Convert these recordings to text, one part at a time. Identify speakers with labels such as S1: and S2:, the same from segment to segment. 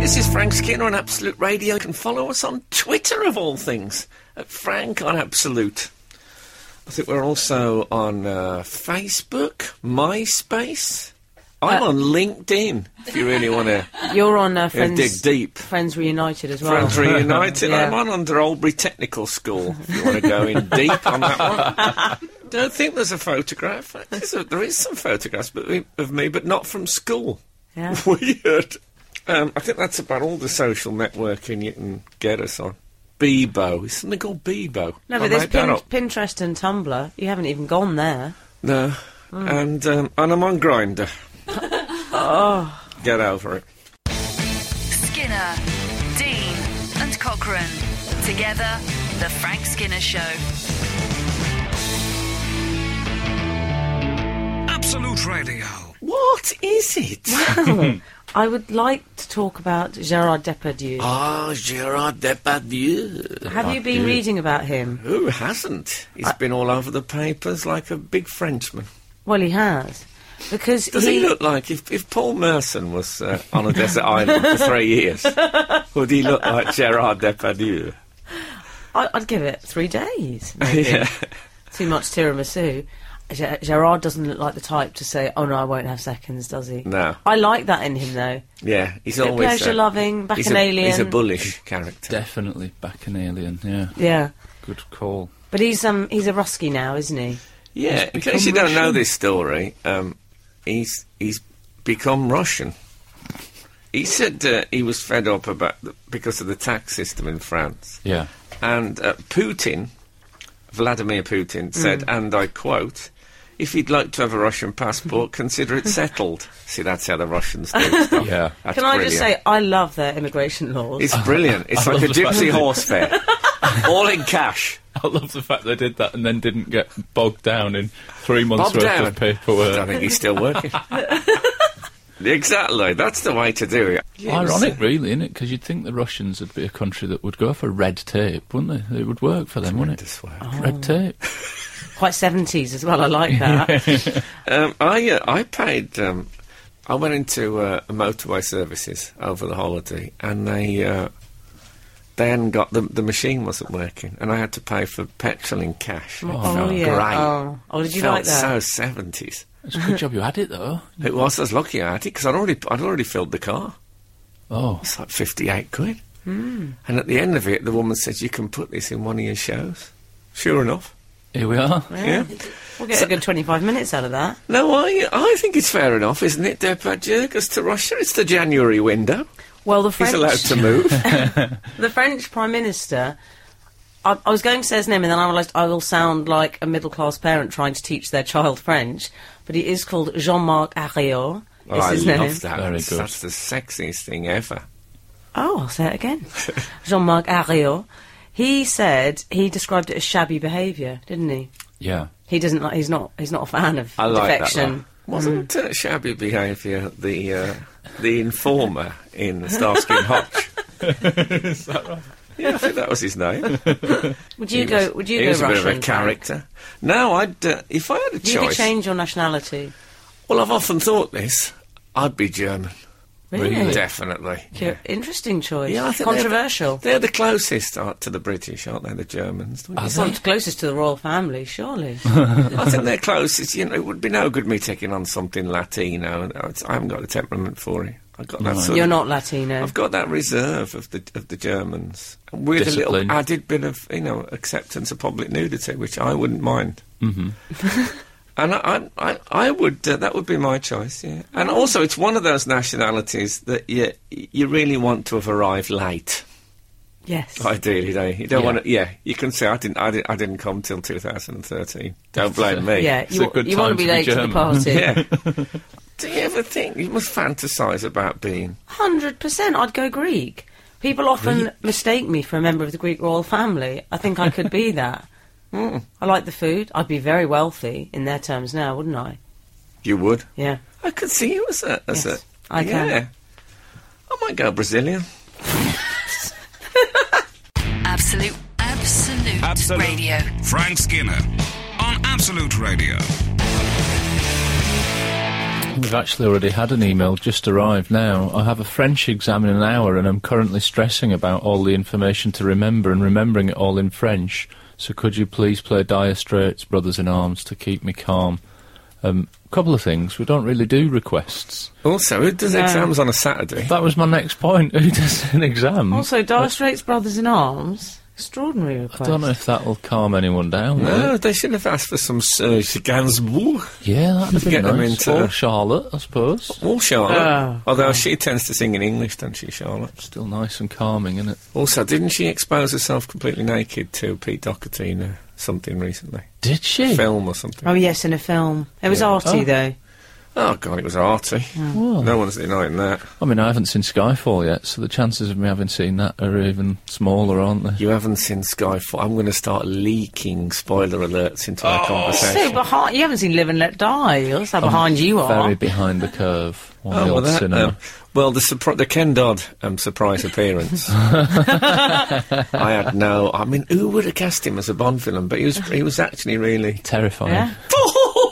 S1: This is Frank Skinner on Absolute Radio. You can follow us on Twitter, of all things, at Frank on Absolute. I think we're also on uh, Facebook, MySpace. I'm
S2: Uh,
S1: on LinkedIn, if you really want to
S2: You're on uh,
S1: dig
S2: Friends
S1: deep.
S2: Friends Reunited as well.
S1: Friends Reunited.
S2: Yeah.
S1: I'm on under Oldbury Technical School. If you want to go in deep on that one. Don't think there's a photograph. There's a- there is some photographs but we- of me, but not from school.
S2: Yeah.
S1: Weird. Um, I think that's about all the social networking you can get us on. Bebo. Is something called Bebo?
S2: No,
S1: I
S2: but there's
S1: made that
S2: Pin-
S1: up.
S2: Pinterest and Tumblr. You haven't even gone there.
S1: No.
S2: Hmm.
S1: And, um, and I'm on Grinder. Get over it.
S3: Skinner, Dean, and Cochrane. Together, The Frank Skinner Show.
S4: Absolute Radio.
S1: What is it?
S2: I would like to talk about Gerard Depardieu.
S1: Ah, Gerard Depardieu.
S2: Have you been reading about him?
S1: Who hasn't? He's been all over the papers like a big Frenchman.
S2: Well, he has. Because
S1: Does he, look like if, if Paul Merson was uh, on a desert island for three years? Would he look like Gerard Depardieu?
S2: I, I'd give it three days.
S1: yeah.
S2: Too much tiramisu. Ge- Gerard doesn't look like the type to say, "Oh no, I won't have seconds," does he?
S1: No.
S2: I like that in him though.
S1: Yeah, he's
S2: bit
S1: always uh,
S2: pleasure-loving,
S1: he's a- He's a
S2: bacchanalian.
S1: bullish character.
S5: Definitely Bacchanalian, yeah.
S2: Yeah.
S5: Good call.
S2: But he's um he's a Rusky now, isn't he?
S1: yeah, in
S5: become
S1: case you don't know
S5: Russian.
S1: this story, um, he's he's become Russian. He said uh, he was fed up about the, because of the tax system in France.
S5: Yeah.
S1: And uh, Putin, Vladimir Putin, said,
S2: Mm.
S1: and I quote, if you'd like to have a Russian passport, consider it settled. See, that's how the Russians do stuff.
S5: Yeah.
S1: That's
S2: Can I
S1: brilliant.
S2: just say I love their immigration laws?
S1: It's brilliant. It's
S5: I
S1: like a
S5: love the fact
S1: gypsy
S5: that-
S1: horse fair. All in cash.
S5: I love the fact they did that and then didn't get bogged down in three months'
S1: Bob
S5: worth
S1: Down.
S5: of
S1: I don't
S5: paperwork.
S1: think he's still working. exactly. That's the way to do it.
S5: Ironic, really, isn't it? Because you'd think the Russians would be a country that would go for red tape, wouldn't they? It would work for them, wouldn't it?
S1: This way.
S5: Red tape.
S2: Quite seventies as well. I like that.
S1: Um, I uh, I paid. Um, I went into uh, motorway services over the holiday, and they uh, they hadn't got the the machine wasn't working, and I had to pay for petrol in cash. It
S2: oh
S1: felt
S2: yeah.
S1: great.
S2: Oh. oh, did you
S1: felt
S2: like that?
S1: so seventies.
S5: It's a good job you had it, though.
S1: It was. I was lucky I had it because I'd already I'd already filled the car.
S5: Oh,
S1: It's like fifty eight quid.
S2: Hmm.
S1: And at the end of it, the woman said, "You can put this in one of your shows." Sure enough.
S5: here we are.
S1: Yeah.
S2: We'll get a good twenty-five minutes out of that.
S1: No, I I think it's fair enough, isn't it, Depardieu? Because to Russia, it's the January window.
S2: Well, the
S1: He's
S2: French,
S1: allowed to move.
S2: the French Prime Minister. I, I was going to say his name, and then I realised I will sound like a middle-class parent trying to teach their child French. But he is called Jean-Marc Ayrault. Is
S1: Oh, I
S2: his
S1: love
S2: name?
S1: that.
S5: Very
S1: That's-
S5: good.
S1: That's the sexiest thing ever.
S2: Oh, I'll say it again. Jean-Marc Ayrault. He said he described it as shabby behaviour, didn't he?
S5: Yeah.
S2: He doesn't like. He's not. He's not a fan of
S1: I like
S2: defection. Mm.
S1: that. One. Wasn't uh, shabby behaviour the uh, the informer in Starsky and Hutch? Yeah, I think that was his name.
S2: Would you
S1: He
S2: go?
S1: was-
S2: would you
S1: he
S2: go
S1: was a
S2: Russian?
S1: bit of a
S2: Frank?
S1: character. No, I'd uh, if I had a
S2: You could
S1: choice.
S2: change your nationality.
S1: Well, I've often thought this. I'd be German,
S2: Really?
S5: Really?
S1: definitely.
S2: Yeah, Interesting choice.
S1: Yeah, I think they're-
S2: Controversial.
S1: They're the closest aren't to the British, aren't they? The Germans. Don't you
S2: It's not closest to the royal family, surely.
S1: I think they're close. It's, you know, it would be no good me taking on something Latino. and It's, I haven't got the temperament for it. I've got that. Sort
S2: You're
S1: of,
S2: not Latino.
S1: I've got that reserve of the of the Germans And with a
S5: Discipline.
S1: little added bit of you know acceptance of public nudity, which I wouldn't mind. Mm-hmm. and I, I, I, I would. Uh, that would be my choice. Yeah. And also, it's one of those nationalities that you you really want to have arrived late.
S2: Yes.
S1: Ideally, do you? You don't
S5: Yeah.
S1: want to. Yeah, you can say I didn't. I didn't, I didn't come till 2013. Don't blame me.
S2: yeah,
S5: It's
S2: you,
S5: a good
S2: you want to
S5: time
S2: be
S5: to be
S2: late to the
S5: German.
S1: Yeah.
S2: party.
S1: Do you ever think you must fantasise about being?
S2: 100%. I'd go Greek. People often mistake me for a member of the Greek royal family. I think I could be that.
S5: Hmm.
S2: I like the food. I'd be very wealthy in their terms now, wouldn't I?
S1: You would.
S2: Yeah.
S1: I could see you as a. As
S2: Yes,
S1: a
S2: I
S1: yeah.
S2: can.
S1: I might go Brazilian.
S3: Absolute, absolute,
S4: Absolute.
S3: radio.
S4: Frank Skinner on Absolute Radio.
S5: We've actually already had an email just arrived now. I have a French exam in an hour and I'm currently stressing about all the information to remember and remembering it all in French. So could you please play Dire Straits, Brothers in Arms to keep me calm? Um, couple of things. We don't really do requests.
S1: Also, who does
S2: No.
S1: exams on a Saturday?
S5: That was my next point. Who does an exam?
S2: Also, Dire Straits Brothers in Arms. Extraordinary request.
S5: I don't know if that'll calm anyone down. will it?
S1: No, they should have asked for some uh, Serge Gainsbourg
S5: Yeah, that'd have been
S1: Get them
S5: nice.
S1: into-
S5: Or Charlotte, I suppose.
S1: or Charlotte.
S2: Oh,
S1: Although she tends to sing in English, doesn't she, Charlotte?
S5: Still nice and calming, isn't it?
S1: Also, didn't she expose herself completely naked to Pete Doherty in a- something recently?
S5: Did she?
S1: Film or something?
S2: Oh, yes, in a film. It was
S1: Yeah.
S2: arty,
S5: Oh.
S2: though.
S1: Oh, God, it was arty.
S2: Oh.
S5: Well,
S1: No one's denying that.
S5: I mean, I haven't seen Skyfall yet, so the chances of me having seen that are even smaller, aren't they?
S1: You haven't seen Skyfall. I'm going to start leaking spoiler alerts into our
S2: So,
S1: conversation.
S2: behind, you haven't seen Live and Let Die. That's how behind you are.
S5: Um, Very behind the curve on the old cinema.
S1: um, well, the, surpri- the Ken Dodd um, surprise appearance. I had no. I mean, who would have cast him as a Bond villain? But he was he was actually really.
S5: Terrifying.
S2: Yeah.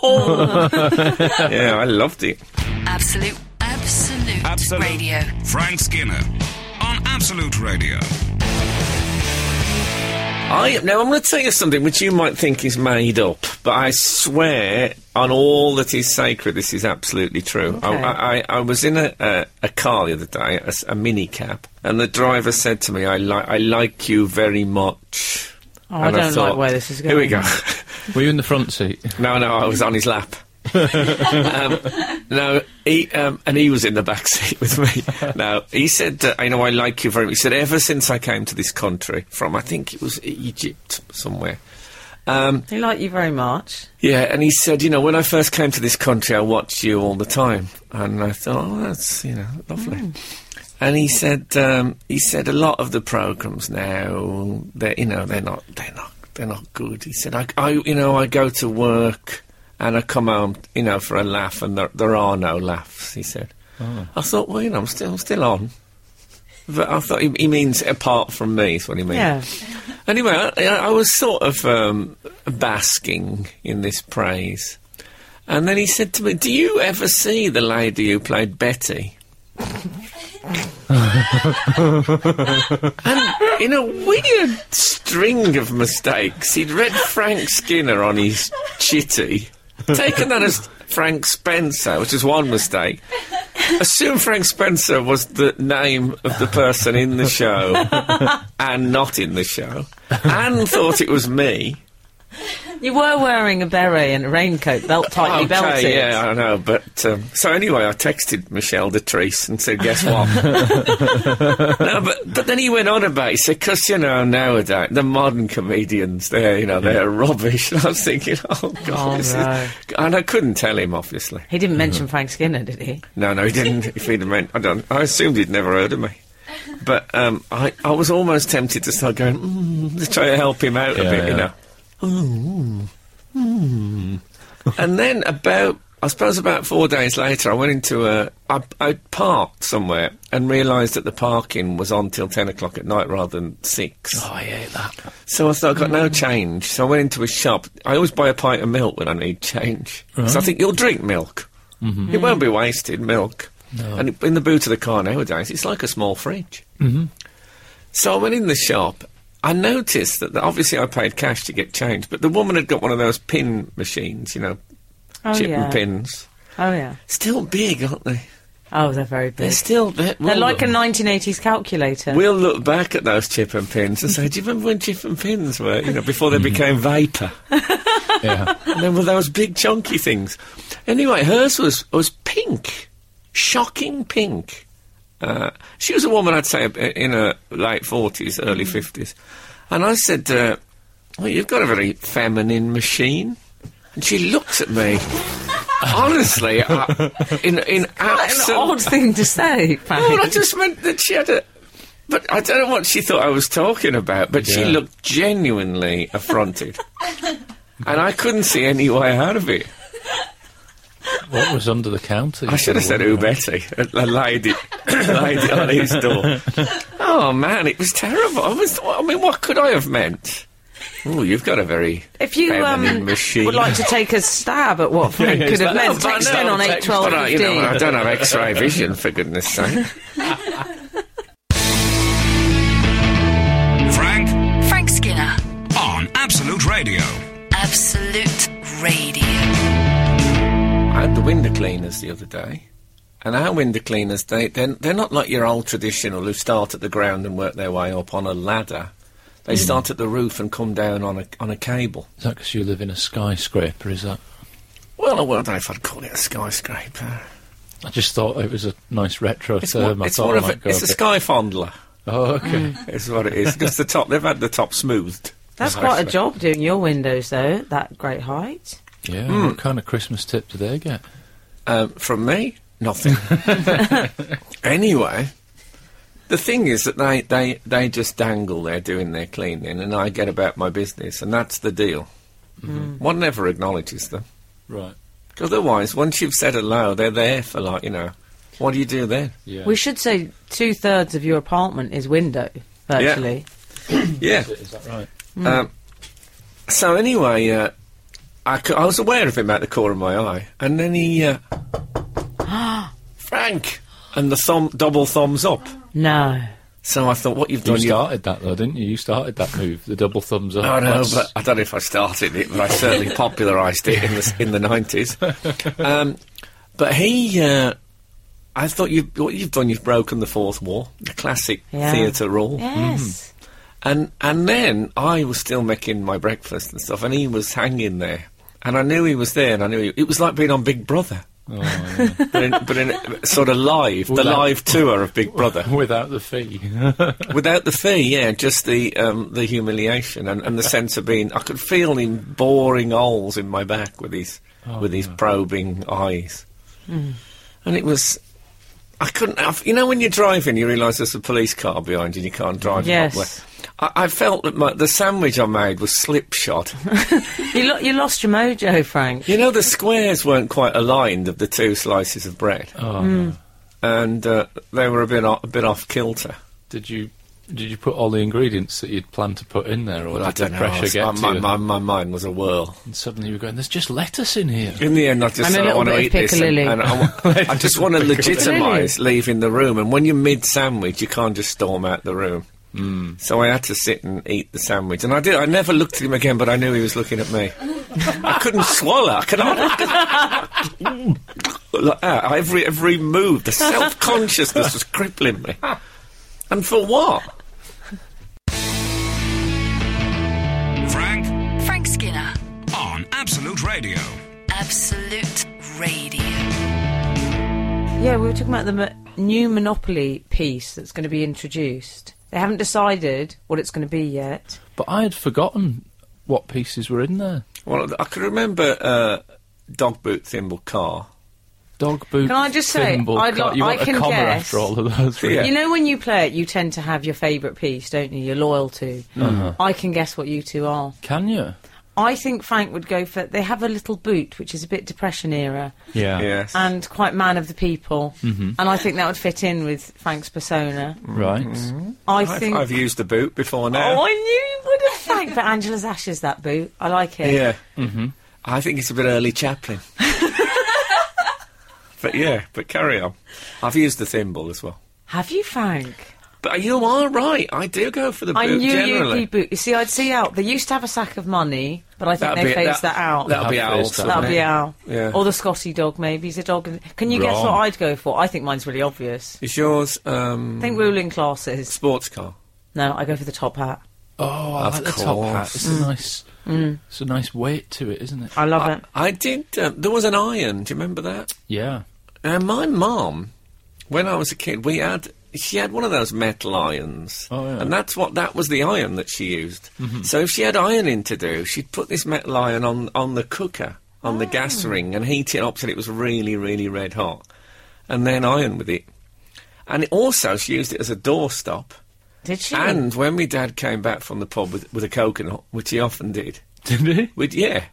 S1: yeah, I loved it.
S3: Absolute, absolute,
S4: Absolute.
S3: radio.
S4: Frank Skinner on Absolute Radio.
S1: I now I'm going to tell you something which you might think is made up, but I swear on all that is sacred, this is absolutely true. I,
S2: Okay.
S1: I, I, I was in a, a, a car the other day, a, s- a mini cab, and the driver said to me, "I like I like you very much."
S2: Oh, I
S1: And
S2: don't like
S1: thought,
S2: where this is
S1: Here we go.
S2: going."
S5: Were you in the front seat?
S1: no, no, I was on his lap. um, no, he um, and he was in the back seat with me. No, he said, uh, "I know I like you very." much. He said, "Ever since I came to this country from, I think it was Egypt somewhere." Um,
S2: They like you very much.
S1: yeah, and he said, you know, when I first came to this country, I watched you all the time, and I thought, oh, that's you know lovely. And he said, um, he said a lot of the programs now, they're you know they're not they're not they're not good. He said, I, I you know I go to work and I come home you know for a laugh, and there, there are no laughs. He said, I thought, well, you know, I'm still I'm still on. But I thought he, he means apart from me is what he means.
S2: Yeah.
S1: Anyway, I, I was sort of um, basking in this praise. And then he said to me, Do you ever see the lady who played Betty? and in a weird string of mistakes, he'd read Frank Skinner on his chitty, taken that as Frank Spencer, which is one mistake. Assume Frank Spencer was the name of the person in the show and not in the show, and thought it was me.
S2: You were wearing a beret and a raincoat, belt tightly belted.
S1: Okay, yeah, I know. But um, so anyway, I texted Michelle Detrice and said, "Guess what?" no, but but then he went on about. It. He said, "Because you know nowadays the modern comedians, they're you know they're rubbish." And I was thinking, "Oh God,"
S2: Oh,
S1: this is-"
S2: no.
S1: and I couldn't tell him obviously.
S2: He didn't mention
S1: Mm-hmm.
S2: Frank Skinner, did he?
S1: No, no, he didn't. if he'd have meant, I don't. I assumed he'd never heard of me. But um, I, I was almost tempted to start going, mm, to try to help him out a
S5: Yeah,
S1: bit, you
S5: yeah.
S1: know. Mm, mm. and then about, I suppose about four days later, I went into a, I, I parked somewhere and realised that the parking was on till 10 o'clock at night rather than 6.
S5: Oh, I hate that.
S1: So I thought, I got no change. So I went into a shop. I always buy a pint of milk when I need change. So I think you'll drink milk. It won't be wasted milk. And in the boot of the car nowadays, it's like a small fridge. So I went in the shop. I noticed that the, obviously I paid cash to get change, but the woman had got one of those pin machines, you know,
S2: Oh,
S1: chip
S2: yeah.
S1: and pins.
S2: Oh, yeah.
S1: Still big, aren't they?
S2: Oh, they're very big.
S1: They're still big.
S2: They're like a 1980s calculator.
S1: We'll look back at those chip and pins and say, "Do you remember when chip and pins were? You know, before they became vapor."
S5: Yeah.
S1: And then were those big chunky things. Anyway, hers was was pink, shocking pink. Uh, she was a woman, I'd say, in her late forties, early fifties, and I said, uh, "Well, you've got a very feminine machine." And she looked at me. Honestly, I, in in
S2: An
S1: absolute
S2: odd thing to say, Frank.
S1: well, Oh, I just meant that she had a. But I don't know what she thought I was talking about, but she
S5: Yeah.
S1: looked genuinely affronted. and I couldn't see any way out of it.
S5: What was under the counter?
S1: I should have said, who Betty? And I laid it, laid it on his door. Oh, man, it was terrible. I, was, I mean, what could I have meant? Oh, you've got a very
S2: If you
S1: feminine
S2: um,
S1: machine.
S2: would like to take a stab at what Frank
S5: yeah,
S2: could have
S5: exactly.
S2: meant,
S1: But
S2: text
S1: no,
S2: in on
S1: text-
S2: 8, 12,
S1: but I, you know, uh,
S2: 15.
S1: I don't have X-ray vision, for goodness' sake.
S4: Frank
S3: Frank Skinner.
S4: on Absolute Radio.
S3: Absolute Radio.
S1: I had the window cleaners the other day, and our window cleaners they they're, they're not like your old traditional who start at the ground and work their way up on a ladder. They start at the roof and come down on a on a cable.
S5: Is that because you live in a skyscraper? Is that?
S1: Well, I don't know if I'd call it a skyscraper.
S5: I just thought it was a nice retro
S1: It's
S5: term.
S1: more,
S5: I
S1: it's
S5: thought
S1: more
S5: I
S1: of
S5: might
S1: a,
S5: go.
S1: it's a
S5: bit-
S1: sky fondler.
S5: oh, okay.
S2: Mm.
S1: Is what it is because the top they've had the top smoothed.
S2: That's quite a
S1: Precisely.
S2: job doing your windows, though, at that great height.
S5: Yeah.
S1: Hmm.
S5: What kind of Christmas tip do they get?
S1: Um, from me, nothing. anyway, the thing is that they, they, they just dangle there doing their cleaning, and I get about my business, and that's the deal. One never acknowledges them.
S5: Right.
S1: 'Cause Otherwise, once you've said hello, they're there for like, you know, what do you do then?
S5: Yeah.
S2: We should say two thirds of your apartment is window, virtually.
S1: Yeah.
S5: Is that right?
S1: Um, so anyway, uh, I, cou- I was aware of him at the corner of my eye, and then he, uh, Frank, and the thumb, double thumbs up.
S2: No.
S1: So I thought, what you've
S5: You
S1: done, you
S5: started that though, didn't you? You started that move, the double thumbs up.
S1: I know,
S5: That's-
S1: but I don't know if I started it, but I certainly popularised it in the in the nineties. Um, but he, uh, I thought you what you've done, you've broken the fourth wall, the classic
S2: Yeah.
S1: theatre rule,
S2: Yes.
S1: and and then I was still making my breakfast and stuff, and he was hanging there, and I knew he was there, and I knew he, it was like being on Big Brother,
S5: Oh,
S1: but in, but in sort of live, the
S5: Without-
S1: live tour of Big Brother.
S5: yeah. Without the fee.
S1: Without the fear, yeah, just the um, the humiliation and, and the sense of being. I could feel him boring holes in my back with his
S5: Oh,
S1: with his probing eyes, and it was. I couldn't. I've, you know, when you're driving, you realise there's a police car behind you, and you can't drive.
S2: Yes.
S1: properly. I, I felt that my, the sandwich I made was slipshod.
S2: You, lo- you lost your mojo, Frank.
S1: you know, the squares weren't quite aligned of the two slices of bread,
S5: Oh, no.
S1: and uh, they were a bit o- a bit off kilter.
S5: Did you did you put all the ingredients that you'd planned to put in there, or
S1: I
S5: did the
S1: don't know. I
S5: pressure
S1: was-
S5: get
S1: my,
S5: to
S1: my,
S5: you?
S1: my, my mind was a whirl.
S5: And suddenly you were going, "There's just lettuce in here."
S1: In the end, I just
S2: I'm a
S1: said, I
S2: little
S1: want to
S2: bit
S1: eat this, and,
S2: piccalilli.
S1: and I, wa- I just want to legitimise leaving the room. And when you're mid sandwich, you can't just storm out the room. Mm. So I had to sit and eat the sandwich, and I did. I never looked at him again, but I knew he was looking at me. I couldn't swallow. I could hardly. like that. Every every move, the self consciousness was crippling me. And for what?
S4: Frank
S3: Frank Skinner.
S4: on Absolute Radio.
S3: Absolute Radio.
S2: Yeah, we were talking about the mo- new Monopoly piece that's going to be introduced. They haven't decided what it's going to be yet.
S5: But I had forgotten what pieces were in there.
S1: Well, I could remember uh, dog boot thimble car.
S5: Dog boot.
S2: Can I just say,
S5: thimble,
S2: I'd
S5: cut-
S2: like-
S5: you
S2: I
S5: want a
S2: can
S5: comma
S2: guess.
S5: after all of those. really?
S1: Yeah.
S2: You know, when you play it, you tend to have your favourite piece, don't you? You're loyal to.
S1: Uh-huh.
S2: I can guess what you two are.
S5: Can you?
S2: I think Frank would go for. They have a little boot, which is a bit Depression era
S5: Yeah.
S1: Yes. Mm-hmm.
S2: and quite man of the people. And I think that would fit in with Frank's persona.
S5: Right.
S1: Mm-hmm.
S2: I
S1: I've,
S2: think.
S1: I've used the boot before now.
S2: oh, I knew you would have, Frank. But Angela's Ashes, that boot. I like it.
S1: Yeah. Mm-hmm. I think it's a bit early Chaplin. but yeah, but carry on. I've used the thimble as well.
S2: Have you, Frank?
S1: But you are right. I do go for the boot
S2: I knew
S1: generally.
S2: you'd be boot. You see, I'd see out. They used to have a sack of money, but I think
S1: That'd
S2: they
S1: be-
S2: phased that, out.
S1: That'll be
S5: That'd
S1: owl.
S5: phase that
S2: That'd be out.
S1: Yeah.
S2: Or the Scotty dog, maybe. Is a dog. in- Can you guess what
S5: Wrong.
S2: I'd go for? I think mine's really obvious.
S1: Is yours um,
S2: I think ruling classes.
S1: sports car?
S2: No, I go for the top hat.
S5: Oh, I
S1: Of
S5: like the top hat.
S1: course.
S2: Mm.
S5: It's a nice. It's a nice weight to it, isn't it?
S2: I love
S1: I,
S2: it.
S1: I did. Um, there was an iron. Do you remember that?
S5: Yeah.
S1: And Uh, my mum, when I was a kid, we had she had one of those metal irons,
S5: Oh, yeah. Mm-hmm.
S1: and that's what that was the iron that she used. So if she had ironing to do, she'd put this metal iron on on the cooker on the
S5: Ah.
S1: gas ring and heat it up till it was really really red hot, and then iron with it. And it also, she used it as a doorstop.
S2: Did she?
S1: And when my dad came back from the pub with, with a coconut, which he often did,
S5: Did he?
S1: We'd, yeah.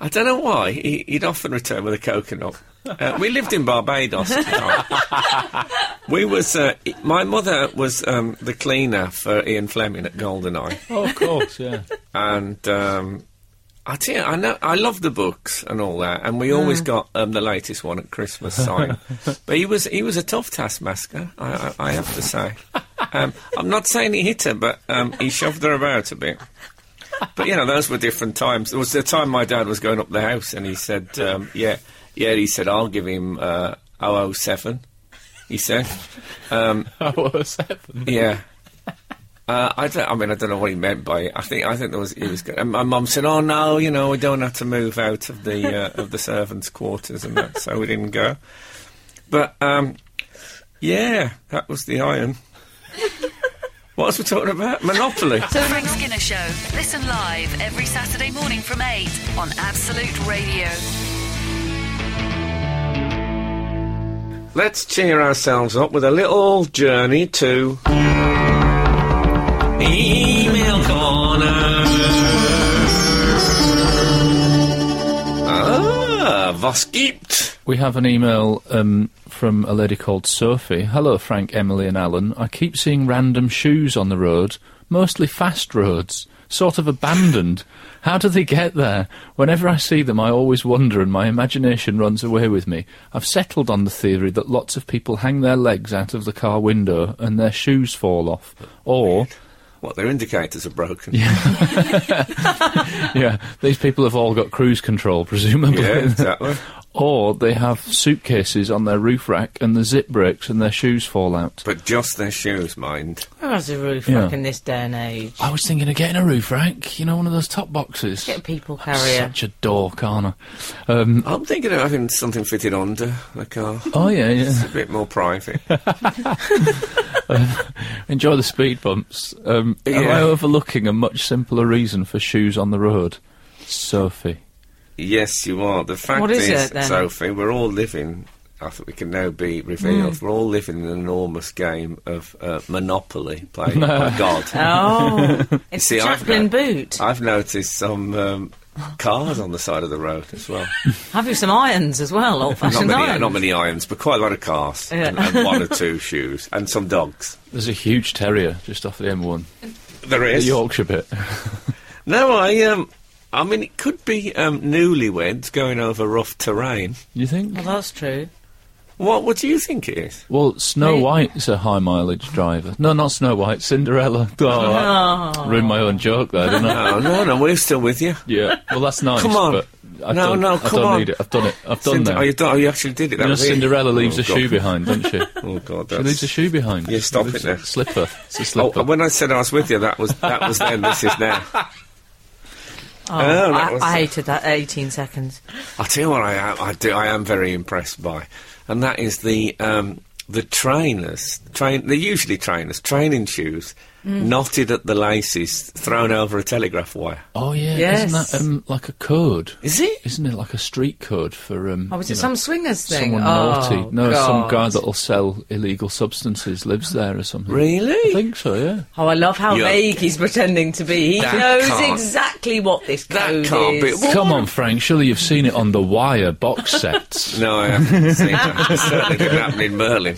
S1: I don't know why. He, he'd often return with a coconut. Uh, we lived in Barbados. at the time. we was uh, i- my mother was um, the cleaner for Ian Fleming at Goldeneye,
S5: Oh, of course. Yeah.
S1: and um, I tell you, I know I love the books and all that, and we always got um, the latest one at Christmas signed. but he was he was a tough taskmaster, I, I, I have to say. Um, I'm not saying he hit her, but um, he shoved her about a bit. But you know, those were different times. There was the time my dad was going up the house, and he said, um, "Yeah, yeah," he said, "I'll give him uh, 007. He said, um, yeah. Uh, I don't. I mean, I don't know what he meant by it. I think. I think there was. He was. Good. And my mum said, "Oh no, you know, we don't have to move out of the uh, of the servants' quarters and that," so we didn't go. But um, yeah, that was the iron. what was we talking about? Monopoly.
S3: The Frank Skinner Show. Listen live every Saturday morning from 8 on Absolute Radio.
S1: Let's cheer ourselves up with a little journey to email corner. Ah, was gibt?
S5: We have an email um, from a lady called Sophie. Hello, Frank, Emily, and Alan. I keep seeing random shoes on the road, mostly fast roads, sort of abandoned. How do they get there? Whenever I see them, I always wonder, and my imagination runs away with me. I've settled on the theory that lots of people hang their legs out of the car window and their shoes fall off, or
S1: What their indicators are broken.
S5: yeah, these people have all got cruise control, presumably.
S1: Yeah, exactly.
S5: or they have suitcases on their roof rack and the zip breaks and their shoes fall out.
S1: But just their shoes, mind.
S2: Who has a roof
S5: Yeah.
S2: rack in this day and age?
S5: I was thinking of getting a roof rack, you know, one of those top boxes.
S2: Get a people carrier.
S5: Such a dork, aren't I? Um,
S1: I'm thinking of having something fitted under the car.
S5: oh, yeah, yeah.
S1: A bit more private.
S5: Enjoy the speed bumps. Um, Am
S1: Yeah.
S5: I overlooking a much simpler reason for shoes on the road? Sophie.
S1: yes, you are. The fact
S2: What is it, then?
S1: Sophie, we're all living. I think we can now be
S2: Mm.
S1: revealed. We're all living an enormous game of uh, Monopoly played by God.
S2: Oh, it's
S1: See,
S2: a
S1: I've
S2: Chaplin
S1: got-
S2: boot.
S1: I've noticed some um, cars on the side of the road as well.
S2: Have you some irons as well,
S1: not
S2: old-fashioned
S1: many,
S2: irons?
S1: not many irons, but quite a lot of cars and,
S2: Yeah.
S1: and one or two shoes and some dogs.
S5: There's a huge terrier just off the M1.
S1: There
S5: The
S1: is.
S5: Yorkshire bit.
S1: No, I um, I mean it could be um, newlyweds going over rough terrain.
S5: you think?
S2: Well, Oh, that's true.
S1: What What do you think it is?
S5: Well, Snow
S2: Me-
S5: White's a high mileage driver. No, not Snow White, Cinderella. Oh, I ruined my own joke there, didn't I?
S1: Oh no, no, we're still with you.
S5: Yeah. Well, that's nice.
S1: Come on.
S5: But I
S1: No,
S5: don't,
S1: no,
S5: I
S1: come
S5: don't
S1: on.
S5: need it. I've done it. I've done
S1: Cinder-
S5: that.
S1: oh, you, do- oh, you actually did it. That
S5: You know,
S1: was it.
S5: Cinderella leaves
S1: Oh,
S5: a shoe
S1: God.
S5: behind, doesn't she?
S1: Oh god,
S5: She leaves
S1: that's.
S5: a shoe behind.
S1: Yeah,
S5: She
S1: stop
S5: leaves
S1: it
S5: a
S1: now.
S5: Slipper. It's a slipper.
S1: Oh, when I said I was with you, that was that was then. This is now.
S2: Oh,
S1: that
S2: I,
S1: was-
S2: I hated that 18 seconds.
S1: I tell you what, I am, I do, I am very impressed by, and that is the um, the trainers. Train, they're usually trainers, training shoes,
S5: Mm.
S1: knotted at the laces, thrown over a telegraph wire.
S5: Oh, yeah.
S2: Yes.
S5: Isn't that um, like a code?
S1: Is it?
S5: Isn't it like a street code for. Um,
S2: Oh, was
S5: you
S2: it
S5: know,
S2: some swingers thing?
S5: Someone
S2: oh,
S5: naughty. No, some
S2: God.
S5: guy that'll sell illegal substances lives there or something. I
S1: Really?
S5: think so, yeah.
S2: Oh, I love how
S1: You're-
S2: vague he's pretending to be. He
S1: That
S2: knows
S1: can't-
S2: exactly what this
S1: that
S2: code
S1: can't be-
S2: is.
S1: Well,
S5: Come on, Frank. Surely you've seen it on the Wire box sets.
S1: No, I haven't seen that. It certainly didn't happen in Merlin.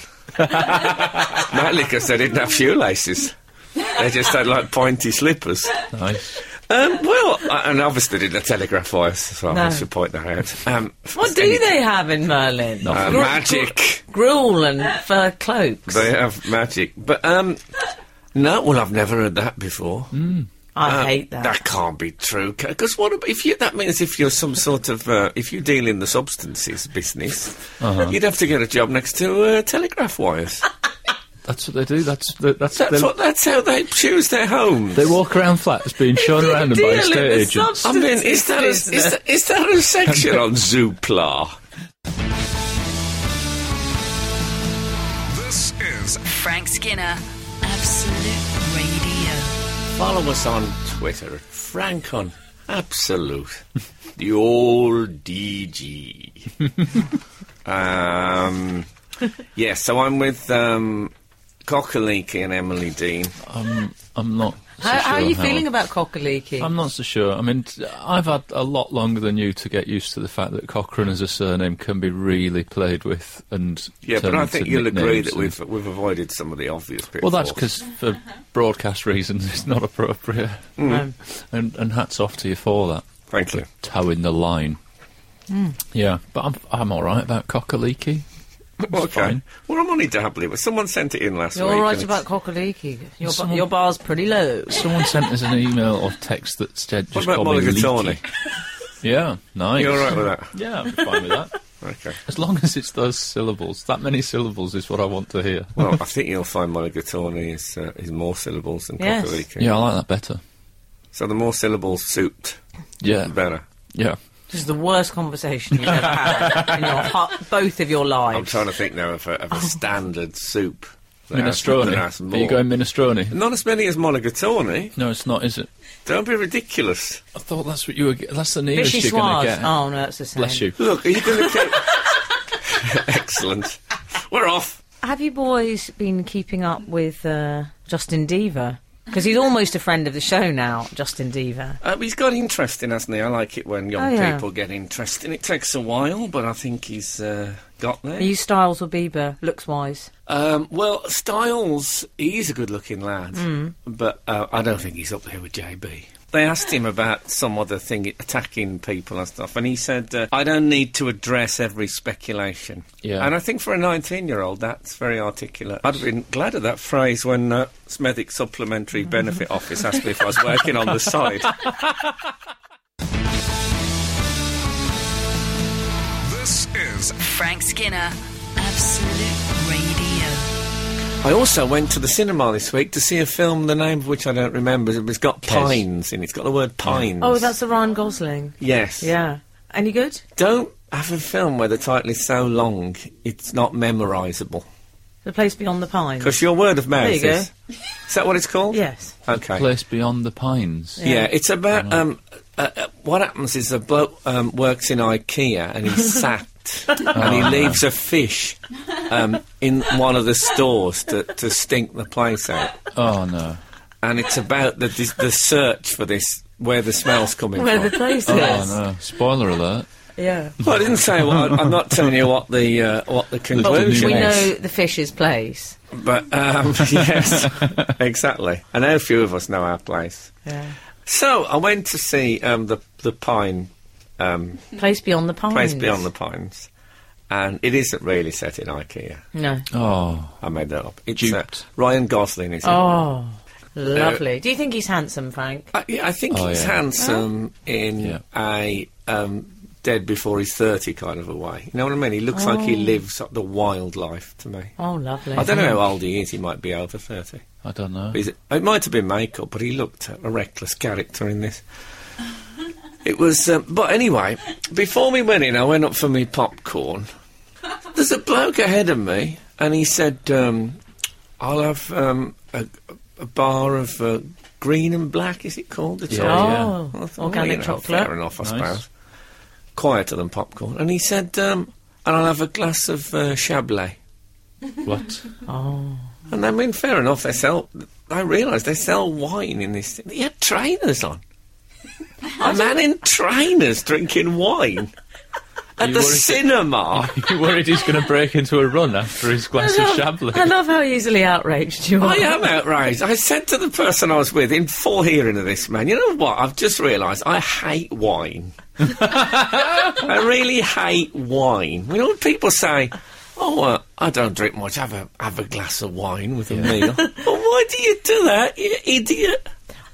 S1: Mainly because they didn't have shoelaces. They just had like pointy slippers.
S5: nice.
S1: Um, well, uh, and obviously they didn't have telegraph wires, so I
S2: No.
S1: should point that out. Um,
S2: What do they have in Merlin?
S1: Uh,
S2: Gru-
S1: magic.
S2: gr- Gruel and fur cloaks.
S1: They have magic, but um, no. Well, I've never heard that before.
S2: I
S1: Uh,
S2: hate that.
S1: That can't be true. Because what ab- if you? That means if you're some sort of uh, if you deal in the substances business, you'd have to get a job next to uh, telegraph wires.
S5: That's what they do. That's the, that's,
S1: That's
S5: they,
S1: what. That's how they choose their homes.
S5: they walk around flats being shown around them by
S2: Deal in
S5: estate
S2: the
S5: agents.
S1: I mean, is that, a, is,
S2: substances
S1: that, is that a section on Zoopla?
S4: This is
S3: Frank Skinner. Absolute Radio.
S1: Follow us on Twitter at Frank on Absolute. the old DG. um, yeah, so I'm with um, Cockaliki and Emily Dean.
S5: Um, I'm not
S2: How, how are
S5: sure,
S2: you
S5: Howard.
S2: feeling about cocker leaking?
S5: I'm not so sure. I mean, t- I've had a lot longer than you to get used to the fact that Cochrane as a surname can be really played with and
S1: Yeah, but
S5: turned
S1: I
S5: into
S1: think you'll agree
S5: nicknames
S1: that
S5: and-
S1: we've we've avoided some of the obvious pitfalls.
S5: Well, that's because for broadcast reasons it's not appropriate.
S1: Hmm.
S5: And, and hats off to you for that,
S1: Thank you.
S5: towing the line. Yeah, but I'm I'm all right about Cockaliki.
S1: Okay.
S5: fine.
S1: Well, I'm only dabbling, but someone sent it in last
S2: You're
S1: week.
S2: all right
S1: and
S2: about cocker leaking. Your, ba-
S5: Someone-
S2: your bar's pretty low.
S5: Someone sent us an email or text that said
S1: What
S5: just
S1: about
S5: call me
S1: Mulligatawny?
S5: Leaky. Yeah, nice.
S1: You're all right with that?
S5: Yeah, I'm fine with that.
S1: Okay.
S5: As long as it's those syllables, that many syllables is what I want to hear.
S1: Well, I think you'll find Mulligatawny is, uh, is more syllables than
S2: Yes.
S1: Cockaliki.
S5: Yeah, I like that better.
S1: So the more syllables suit, the
S5: Yeah,
S1: better.
S5: yeah.
S2: This is the worst conversation you've ever had in your hu- both of your lives.
S1: I'm trying to think now of a, of
S2: Oh.
S1: a standard soup. that has-
S5: Minestrone.
S1: that has
S5: Are you
S1: more.
S5: going minestrone?
S1: Not as many as Mulligatawny.
S5: No, it's not, is it?
S1: Don't be ridiculous.
S5: I thought that's what you were. Ge- that's the nearest
S2: Vichy
S5: you're going to
S2: Soise.
S5: get.
S2: Oh, no, it's the same.
S5: Bless you.
S1: Look, are you going to get... Excellent. We're off.
S2: Have you boys been keeping up with uh, Justin Diva? Because he's almost a friend of the show now, Justin Diva.
S1: Uh, he's got interesting, hasn't he? I like it when young
S2: Oh, yeah.
S1: people get interesting. It takes a while, but I think he's uh, got there.
S2: Are you Styles or Bieber, looks wise?
S1: Um, well, Styles, he's a good-looking lad,
S2: Hmm.
S1: but uh, I don't think he's up there with JB. They asked him about some other thing, attacking people and stuff, and he said, uh, "I don't need to address every speculation."
S5: Yeah.
S1: And I think for a 19-year-old, that's very articulate. I'd have been glad of that phrase when uh, Smethwick Supplementary Benefit Office asked me if I was working on the side.
S4: This is
S3: Frank Skinner, Absolute Radio.
S1: I also went to the cinema this week to see a film, the name of which I don't remember. It's got pines in it. It's got the word pines.
S2: Oh, that's the Ryan Gosling.
S1: yes.
S2: Yeah. Any good?
S1: Don't have a film where the title is so long it's not memorisable.
S2: The Place Beyond the Pines.
S1: Because your word of mouth
S2: There you go.
S1: is. Is that what it's called?
S2: Yes.
S1: Okay.
S5: Place beyond the pines.
S1: Yeah, it's about um, uh, uh, what happens is a bloke um, works in IKEA and he's sacked and he leaves a fish um, in one of the stores to, to stink the place out.
S5: Oh no.
S1: And it's about the, dis- the search for this, where the smell's coming
S2: Where
S1: from.
S2: the place
S5: Oh
S2: is.
S5: no. Spoiler alert.
S2: Yeah.
S1: Well, I didn't say. What, I'm not telling you what the uh, what the conclusion
S5: Yes.
S2: We
S1: is,
S2: know the fish's place.
S1: but um, yes, exactly. I know a few of us know our place.
S2: Yeah.
S1: So I went to see um, the the Pine um,
S2: Place Beyond the Pines.
S1: Place Beyond the Pines, and it isn't really set in IKEA.
S2: No.
S5: Oh,
S1: I made that up. It's uh,
S5: Duped.
S1: Ryan Gosling is. in
S2: Oh, lovely. Do you think he's handsome, Frank?
S1: I, yeah, I think
S5: Oh,
S1: he's
S5: yeah.
S1: handsome in
S5: Yeah.
S1: a um, dead before he's thirty kind of a way. You know what I mean? He looks like
S5: Oh.
S1: he lives the wild life to me.
S2: Oh, lovely.
S1: I don't know how old he is. He might be over thirty.
S5: I don't know.
S1: Is it, it might have been makeup, but he looked a reckless character in this. It was, um, but anyway, before we went in, I went up for my popcorn. There's a bloke ahead of me, and he said, um, "I'll have um, a, a bar of uh, green and black. Is it called? The
S5: Yeah.
S1: chocolate?"
S2: Oh,
S1: I thought, well,
S2: organic
S1: you know, Fair
S2: chocolate.
S1: enough, I
S5: Nice.
S1: suppose. Quieter than popcorn. And he said, um, "And I'll have a glass of uh, Chablis."
S5: What?
S2: Oh,
S1: And I mean, fair enough, they sell. I realised they sell wine in this. They had trainers on. A man in trainers drinking wine at
S5: You
S1: the
S5: worried-
S1: cinema.
S5: you worried he's going to break into a run after his glass of Chablis?
S2: I love how easily outraged you are.
S1: I am outraged. I said to the person I was with in full hearing of this man, you know what? I've just realised I hate wine. I really hate wine. You know, when people say, "Oh, uh, I don't drink much. Have a have a glass of wine with a meal." well, why do you do that, you idiot?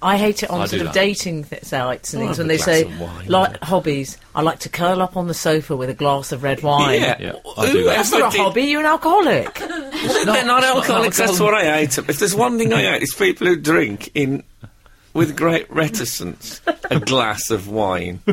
S2: I hate it on
S5: I
S2: sort
S5: do
S2: of
S5: that.
S2: dating th- sites and
S1: I'll
S2: things
S1: Oh, have a
S2: when
S1: glass
S2: they say
S1: of wine.
S2: like hobbies. I like to curl up on the sofa with a glass of red wine.
S1: Yeah.
S5: Yeah,
S1: Who
S5: I do that.
S2: That's not a
S1: ever did-
S2: hobby. You're an alcoholic.
S1: They're not alcoholics. That's
S5: alcohol.
S1: what I hate. If there's one thing I hate, it's people who drink in with great reticence a glass of wine. a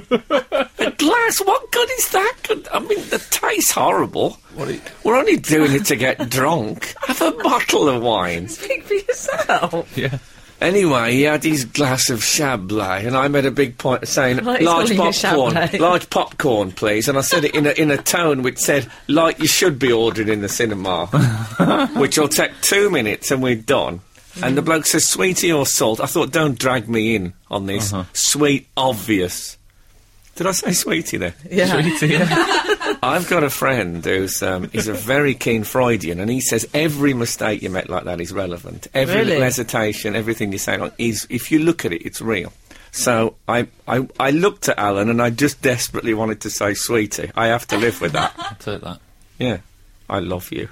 S1: glass? What good is that? Good- I mean, the taste's horrible. We're only doing it to get drunk. Have a bottle of wine.
S2: Speak for yourself.
S5: Yeah.
S1: Anyway, he had his glass of Chablis, and I made a big point of saying,
S2: Like he's
S1: "Large
S2: calling it
S1: popcorn,
S2: Chablis.
S1: large popcorn, please." And I said it in a, in a tone which said, "Like you should be ordering in the cinema," which will take two minutes, and we're done. And the bloke says, sweetie or salt? I thought, don't drag me in on this. Sweet, obvious. Did I say sweetie there?
S2: Yeah.
S5: Sweetie, yeah.
S1: I've got a friend who's um, he's a very keen Freudian, and he says every mistake you make like that is relevant. Every
S2: Really?
S1: little hesitation, everything you say like, is, if you look at it, it's real. So I, I I looked at Alan, and I just desperately wanted to say sweetie. I have to live with that.
S5: I'll take that.
S1: yeah, I love you.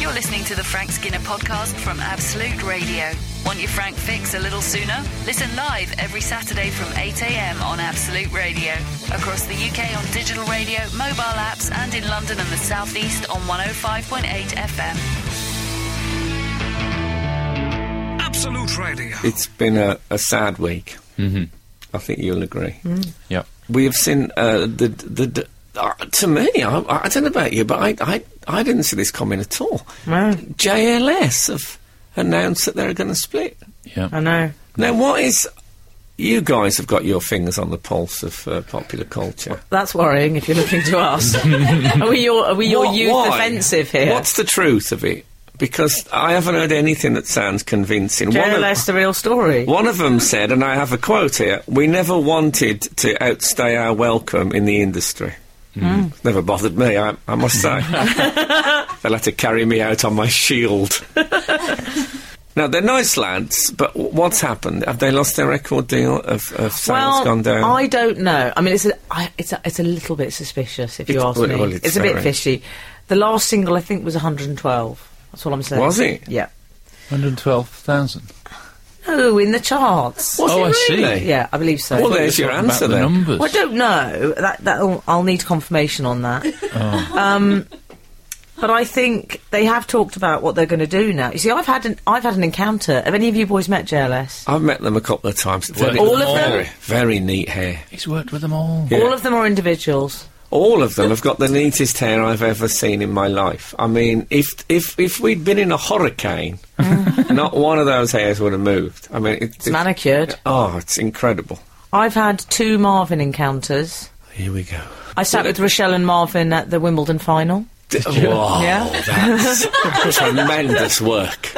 S3: You're listening to the Frank Skinner podcast from Absolute Radio. Want your Frank fix a little sooner? Listen live every Saturday from 8 a.m. on Absolute Radio. Across the UK on digital radio, mobile apps, and in London and the South East on 105.8 FM.
S4: Absolute Radio.
S1: It's been a, a sad week.
S5: Mhm.
S1: I think you'll agree.
S5: Yep.
S1: We have seen uh, the the. the uh, to me, I, I don't know about you, but I, I, I didn't see this coming at all. JLS have announced that they're going to split.
S5: Yeah.
S2: I know.
S1: Now, what is. You guys have got your fingers on the pulse of uh, popular culture.
S2: That's worrying if you're looking to us. are we your, are we your
S1: What-
S2: youth
S1: why?
S2: offensive here?
S1: What's the truth of it? Because I haven't heard anything that sounds convincing. One of-
S2: JLS the real story?
S1: One of them said, and I have a quote here: "We never wanted to outstay our welcome in the industry.
S2: Hmm.
S1: Never bothered me, I, I must say. They'll have to carry me out on my shield." now they're nice lads, but w- what's happened? Have they lost their record deal? Have, have sales
S2: well,
S1: gone down?
S2: I don't know. I mean, it's a, I, it's a, it's a little bit suspicious if you
S1: It's-
S2: ask
S1: well,
S2: me.
S1: well, it's
S2: it's a bit
S1: very-
S2: fishy. The last single I think was 112. That's all I'm saying.
S1: Was it?
S2: Yeah.
S5: 112,000.
S2: Oh, in the charts.
S1: Was
S5: Oh,
S1: it
S5: I see.
S1: really?
S2: Yeah, I believe so.
S1: Well,
S5: Thought you
S1: there's
S5: were
S1: your
S5: talking about
S1: answer
S5: the
S1: then.
S5: numbers.
S2: Well, I don't know. That that'll, I'll need confirmation on that.
S5: Oh.
S2: Um, but I think they have talked about what they're going to do now. You see, I've had an I've had an encounter. Have any of you boys met JLS?
S1: I've met them a couple of times. Very-
S5: All
S2: of them?
S1: Very, very neat hair.
S5: He's worked with them all.
S1: Yeah.
S2: All of them are individuals.
S1: All of them have got the neatest hair I've ever seen in my life. I mean, if if if we'd been in a hurricane, not one of those hairs would have moved. I mean, it,
S2: It's manicured.
S1: Oh, it's incredible.
S2: I've had two Marvin encounters.
S1: Here we go.
S2: I sat with Rochelle and Marvin at the Wimbledon final.
S1: D- Wow,
S2: Yeah.
S1: that's tremendous work.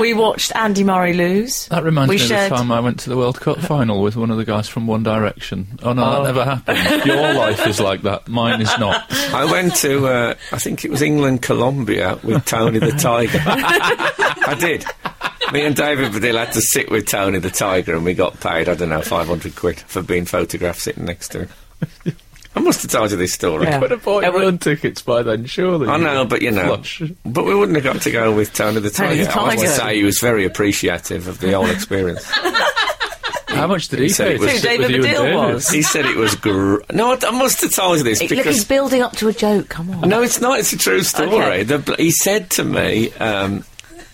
S2: We watched Andy Murray lose.
S5: That reminds
S2: we
S5: me
S2: shared,
S5: of the time I went to the World Cup final with one of the guys from One Direction. Oh no, that never happened. Your life is like that. Mine is not.
S1: I went to, uh, I think it was England Colombia with Tony the Tiger. I did. Me and David Badil had to sit with Tony the Tiger, and we got paid, I don't know, 500 quid for being photographed sitting next to him. I must have told you this story.
S2: Yeah.
S5: have bought your own tickets by then, surely.
S1: I know, but you know,
S5: Flush.
S1: but we wouldn't have got to go with Tony the
S2: Tony
S1: Tiger.
S2: the
S1: I must
S2: Tiger.
S1: say he was very appreciative of the whole experience.
S5: How much did he
S1: said
S5: pay?
S1: it was-
S5: to sit
S2: David
S5: with you and
S2: Baddiel
S5: David?
S2: was.
S1: he said it was gr- no. I, I must have told you this
S2: It- look, he's
S1: because
S2: building up to a joke. Come on.
S1: no, it's not. It's a true story.
S2: Okay.
S1: The bl- he said to me, um,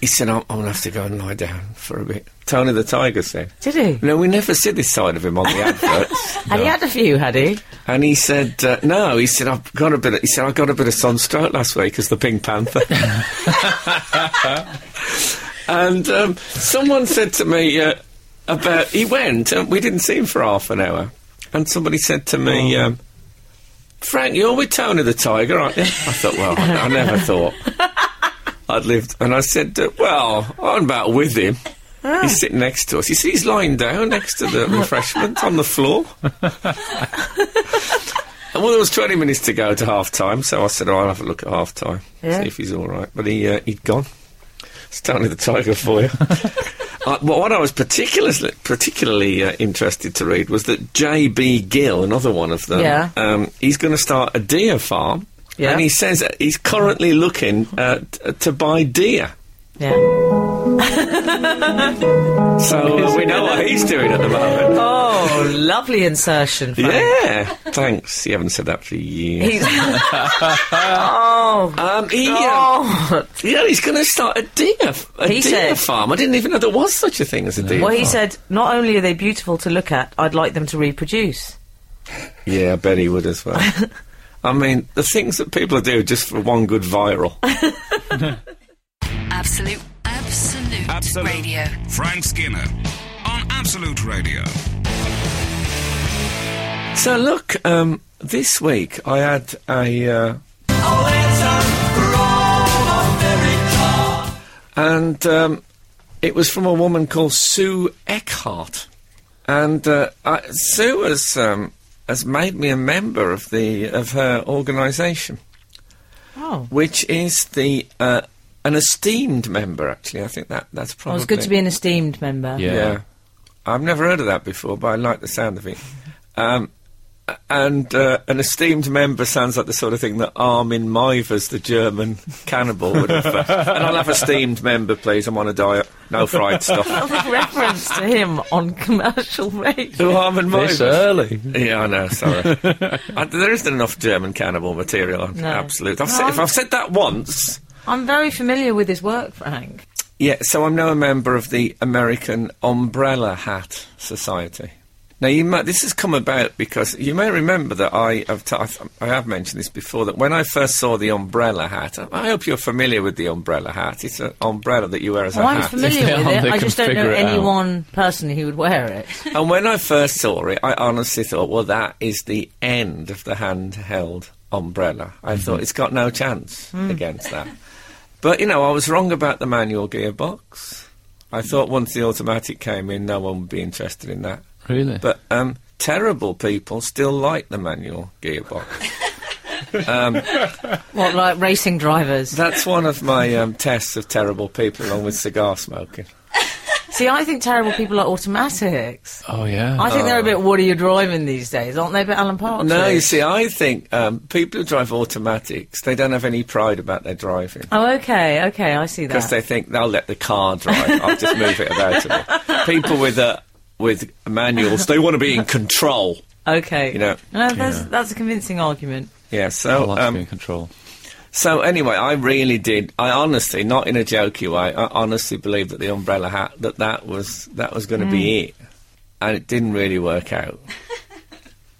S1: he said, "I'm, I'm going to have to go and lie down for a bit." Tony the Tiger said.
S2: Did he?
S1: No, we never see this side of him on the adverts.
S2: And he had a few, had he?
S1: And he said, uh, "No," he said, "I've got a bit." Of, he said, "I got a bit of sunstroke last week as the Pink Panther." and um, someone said to me uh, about he went, and we didn't see him for half an hour. And somebody said to me, um, "Frank, you're with Tony the Tiger, aren't you?" I thought, "Well, I, I never thought I'd lived." And I said, uh, "Well, I'm about with him." He's sitting next to us. He said he's lying down next to the refreshment on the floor. And, Well, there was 20 minutes to go to half time, so I said, oh, I'll have a look at half time,
S2: Yeah.
S1: see if he's all right. But he, uh, he'd gone. It's Tony the Tiger for you. uh, but what I was particularly, particularly uh, interested to read was that J.B. Gill, another one of them,
S2: Yeah.
S1: um, he's going to start a deer farm.
S2: Yeah.
S1: And he says uh, he's currently looking uh, t- to buy deer.
S2: Yeah.
S1: So uh, we know what he's doing at the moment.
S2: Oh, lovely insertion. Frank.
S1: Yeah, thanks. You haven't said that for years.
S2: He's- oh,
S1: um, he, uh,
S2: God.
S1: Yeah, he's going to start a deer, f- a
S2: He
S1: deer
S2: said-
S1: farm. I didn't even know there was such a thing as a deer
S2: Well, he
S1: farm.
S2: said, not only are they beautiful to look at, I'd like them to reproduce.
S1: yeah, I bet he would as well. I mean, the things that people do just for one good viral.
S3: Absolute, absolute,
S4: Absolute.
S3: radio.
S4: Frank Skinner on Absolute Radio.
S1: so, look, um, this week I had a. Uh, and um, it was from a woman called Sue Eckhart, and uh, I, Sue has um, has made me a member of the of her organisation,
S2: Oh.
S1: which is the uh, an esteemed member. Actually, I think that that's
S2: Well,
S1: probably
S2: Oh, it's good to be an esteemed member.
S5: Yeah.
S1: yeah. I've never heard of that before, but I like the sound of it. Um, a- and uh, an esteemed member sounds like the sort of thing that Armin Mivers, the German cannibal, would have. uh, and I'll have esteemed member, please. I'm on a diet. No fried stuff.
S2: Big reference to him on commercial radio.
S1: Who Armin
S5: This
S1: Mivers?
S5: early.
S1: Yeah, I know. Sorry, I, there isn't enough German cannibal material. I'm
S2: No.
S1: Absolute. I've
S2: No,
S1: said,
S2: I'm-
S1: if I've said that once,
S2: I'm very familiar with his work, Frank.
S1: Yeah, so I'm now a member of the American Umbrella Hat Society. Now, you might, this has come about because you may remember that I have, t- I've, I have mentioned this before that when I first saw the umbrella hat, I- I hope you're familiar with the umbrella hat. It's an umbrella that you wear as
S2: Oh,
S1: a
S2: I'm
S1: hat.
S2: familiar
S5: Yeah,
S2: with
S5: they
S2: it. I
S5: can
S2: just don't know
S5: figure it out.
S2: anyone personally who would wear it.
S1: and when I first saw it, I honestly thought, well, that is the end of the handheld umbrella. I thought it's got no chance against that. But, you know, I was wrong about the manual gearbox. I thought once the automatic came in, no one would be interested in that.
S5: Really?
S1: But um, terrible people still like the manual gearbox.
S2: What, like racing drivers?
S1: That's one of my um, tests of terrible people, along with cigar smoking.
S2: See, I think terrible people are automatics.
S5: oh, yeah.
S2: I think they're a bit, what are you driving these days? Aren't they a bit Alan Partridge?
S1: No, you see, I think um, people who drive automatics, they don't have any pride about their driving.
S2: Oh, okay, okay, I see
S1: because
S2: that.
S1: they think they'll let the car drive. I'll just move it about a bit. People with uh, with manuals, they want to be in control.
S2: okay.
S1: you know.
S2: No, that's, that's a convincing argument.
S1: Yeah.
S5: I
S1: So
S5: like to be in
S1: um,
S5: control.
S1: so anyway, I really did. I honestly, not in a jokey way, I honestly believed that the umbrella hat that that was that was going to be it, and it didn't really work out.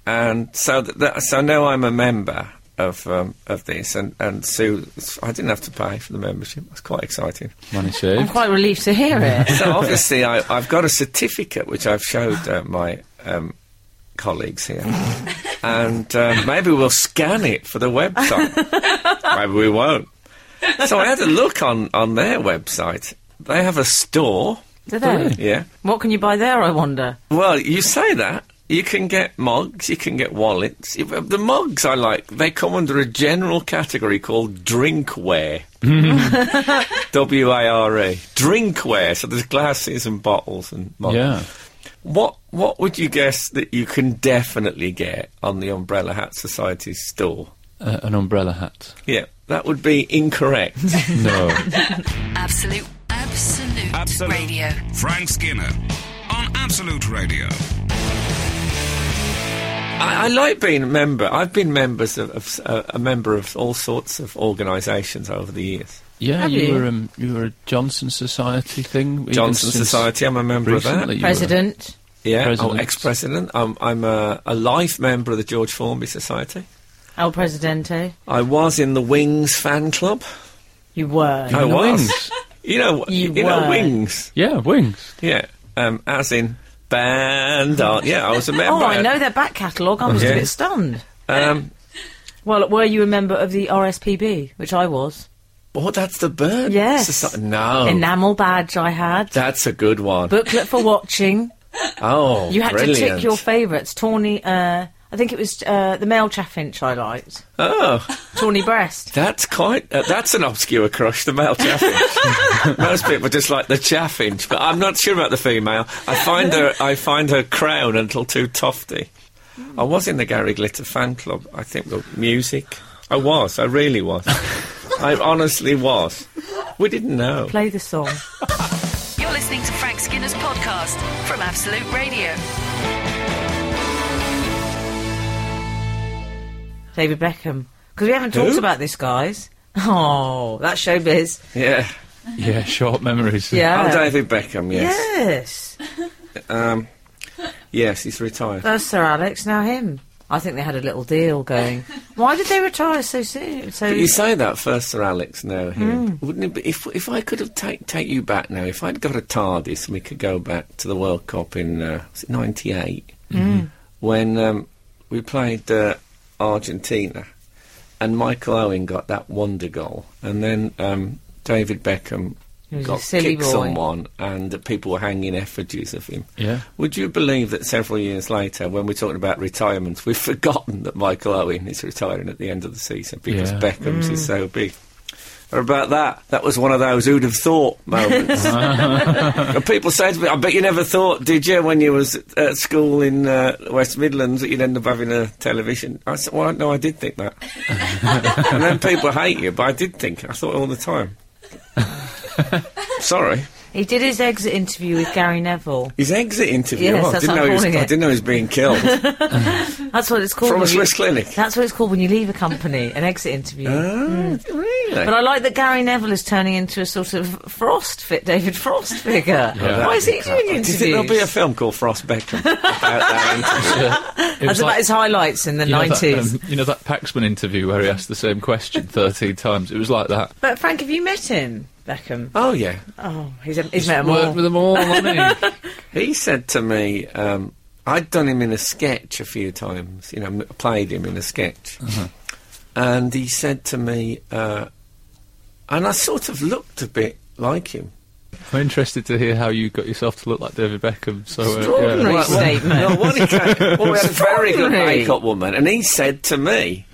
S1: and so th- that, so now I'm a member. Of um, of this and and Sue, I didn't have to pay for the membership. That's quite exciting.
S5: Money
S2: I'm
S5: saved.
S2: quite relieved to hear it.
S1: so obviously I, I've got a certificate which I've showed uh, my um, colleagues here, and um, maybe we'll scan it for the website. maybe we won't. So I had a look on on their website. They have a store.
S2: Do they?
S1: Yeah.
S2: What can you buy there, I wonder?
S1: Well, you say that. You can get mugs, you can get wallets. You- The mugs I like, they come under a general category called drinkware. W A R E. Drinkware. So there's glasses and bottles and mugs.
S5: Yeah.
S1: What what would you guess that you can definitely get on the Umbrella Hat Society's store?
S5: Uh, an umbrella hat.
S1: Yeah, that would be incorrect.
S5: No.
S3: Absolute, absolute,
S4: Absolute.
S3: radio.
S4: Frank Skinner on Absolute Radio.
S1: I, I like being a member. I've been members of, of s- uh, a member of all sorts of organisations over the years.
S5: Yeah,
S2: Have
S5: you,
S2: you?
S5: were um, you were a Johnson Society thing. even
S1: Johnson
S5: since
S1: Society, I'm a member of that.
S5: recently you were.
S2: President.
S1: Yeah,
S5: President.
S1: oh, ex-president. I'm, I'm a, a life member of the George Formby Society.
S2: El Presidente.
S1: I was in the Wings fan club.
S2: You were.
S1: I
S5: the
S1: was.
S5: Wings?
S1: You know,
S2: You
S1: you, know
S2: were.
S1: Wings.
S5: Yeah, wings.
S1: Yeah, um, as in band art. Yeah, I was a member.
S2: Oh, I know their back catalogue. I was
S1: Yeah.
S2: a bit stunned.
S1: Um,
S2: Well, were you a member of the RSPB, which I was?
S1: oh, that's the bird.
S2: Yes.
S1: Soci- no,
S2: Enamel badge I had.
S1: that's a good one.
S2: Booklet for watching.
S1: oh,
S2: You had to
S1: brilliant.
S2: tick your favourites. Tawny, uh, I think it was uh, the male chaffinch I liked.
S1: oh,
S2: Tawny breast.
S1: that's quite. Uh, that's an obscure crush. The male chaffinch. Most people just like the chaffinch, but I'm not sure about the female. I find her. I find her crown a little too tofty. I was in the Gary Glitter fan club. I think the music. I was. I really was. I honestly was. We didn't know.
S2: Play the song.
S3: You're listening to Frank Skinner's podcast from Absolute Radio.
S2: David Beckham. Because we haven't talked
S1: Who?
S2: about this, guys. Oh, that's showbiz.
S1: Yeah.
S5: Yeah, short memories.
S2: Yeah.
S1: Oh, David Beckham. Yes.
S2: Yes.
S1: Um, yes, he's retired.
S2: That's Sir Alex, now him. I think they had a little deal going. Why did they retire so soon? So Hmm.
S1: But you say that first, Sir Alex. Now, here, wouldn't it? Be, if if I could have take take you back now, if I'd got a TARDIS, and we could go back to the World Cup in uh, was it '98
S2: Hmm.
S1: when um, we played uh, Argentina, and Michael Owen got that wonder goal, and then um, David Beckham
S2: He was a
S1: got
S2: silly
S1: kicked
S2: boy.
S1: someone and that people were hanging effigies of him.
S5: Yeah.
S1: Would you believe that several years later, when we're talking about retirement, we've forgotten that Michael Owen is retiring at the end of the season because
S5: Yeah.
S1: Beckham's
S2: Mm.
S1: is so big? Or about that, that was one of those who'd have thought moments. And people say to me, I bet you never thought, did you, when you was at- at school in uh, West Midlands that you'd end up having a television? I said, well, no, I did think that. and then people hate you, but I did think it. I thought it all the time. Sorry.
S2: He did his exit interview with Gary Neville.
S1: His exit interview.
S2: Yes,
S1: oh, I,
S2: that's
S1: didn't
S2: what
S1: know
S2: I'm
S1: he was, I
S2: calling it.
S1: didn't know he was being killed
S2: That's what it's called.
S1: from a
S2: when you-
S1: Swiss clinic.
S2: That's what it's called when you leave a company, an exit interview.
S1: Oh, really?
S2: Mm. But I like that Gary Neville is turning into a sort of Frost fit, David Frost figure. Why is he doing
S1: Do you
S2: interviews?
S1: think Uh, there'll be a film called Frost Beckham about that interview?
S5: It
S2: That's
S5: was
S2: about
S5: like-
S2: his highlights in the
S5: you know that,
S2: nineties.
S5: um, you know that Paxman interview where he asked the same question 13 times? It was like that.
S2: but Frank, have you met him, Beckham?
S1: Oh, yeah.
S2: Oh, he's, he's met him
S5: Worked
S2: all.
S5: with them all, hasn't he?
S1: He said to me, um, I'd done him in a sketch a few times, you know, m- played him in a sketch. And he said to me, uh, and I sort of looked a bit like him.
S5: I'm interested to hear how you got yourself to look like David Beckham. So uh,
S2: Extraordinary.
S5: yeah.
S1: Well, well,
S2: statement.
S1: no, one he came- well, we had a very good
S2: Extraordinary.
S1: makeup woman, and he said to me,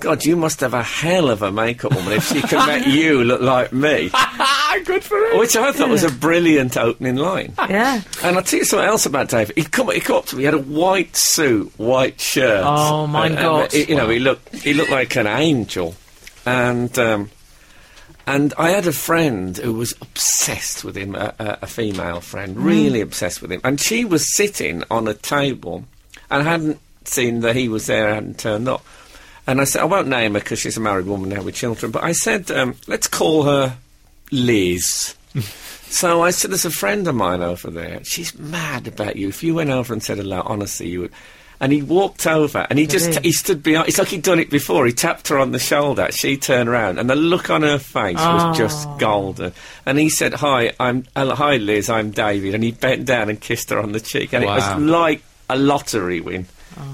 S1: God, you must have a hell of a makeup woman if she can make you look like me.
S5: good for him.
S1: Which I thought was a brilliant opening line.
S2: Yeah.
S1: And I'll tell you something else about David. He come, he come up to me. He had a white suit, white shirt.
S2: Oh, my
S1: And, um,
S2: God.
S1: he- you know, he looked he looked like an angel, and um, and I had a friend who was obsessed with him, a, a, a female friend, really obsessed with him, and she was sitting on a table, and hadn't seen that he was there, hadn't turned up, and I said I won't name her because she's a married woman now with children, but I said um, let's call her Liz. So I said, "There's a friend of mine over there. She's mad about you. If you went over and said hello, honestly, you would." And he walked over, and he just
S2: Really?
S1: he stood behind. It's like he'd done it before. He tapped her on the shoulder. She turned around, and the look on her face was just golden. And he said, "Hi, I'm hello, hi Liz. I'm David." And he bent down and kissed her on the cheek, and it
S5: Wow.
S1: was like a lottery win.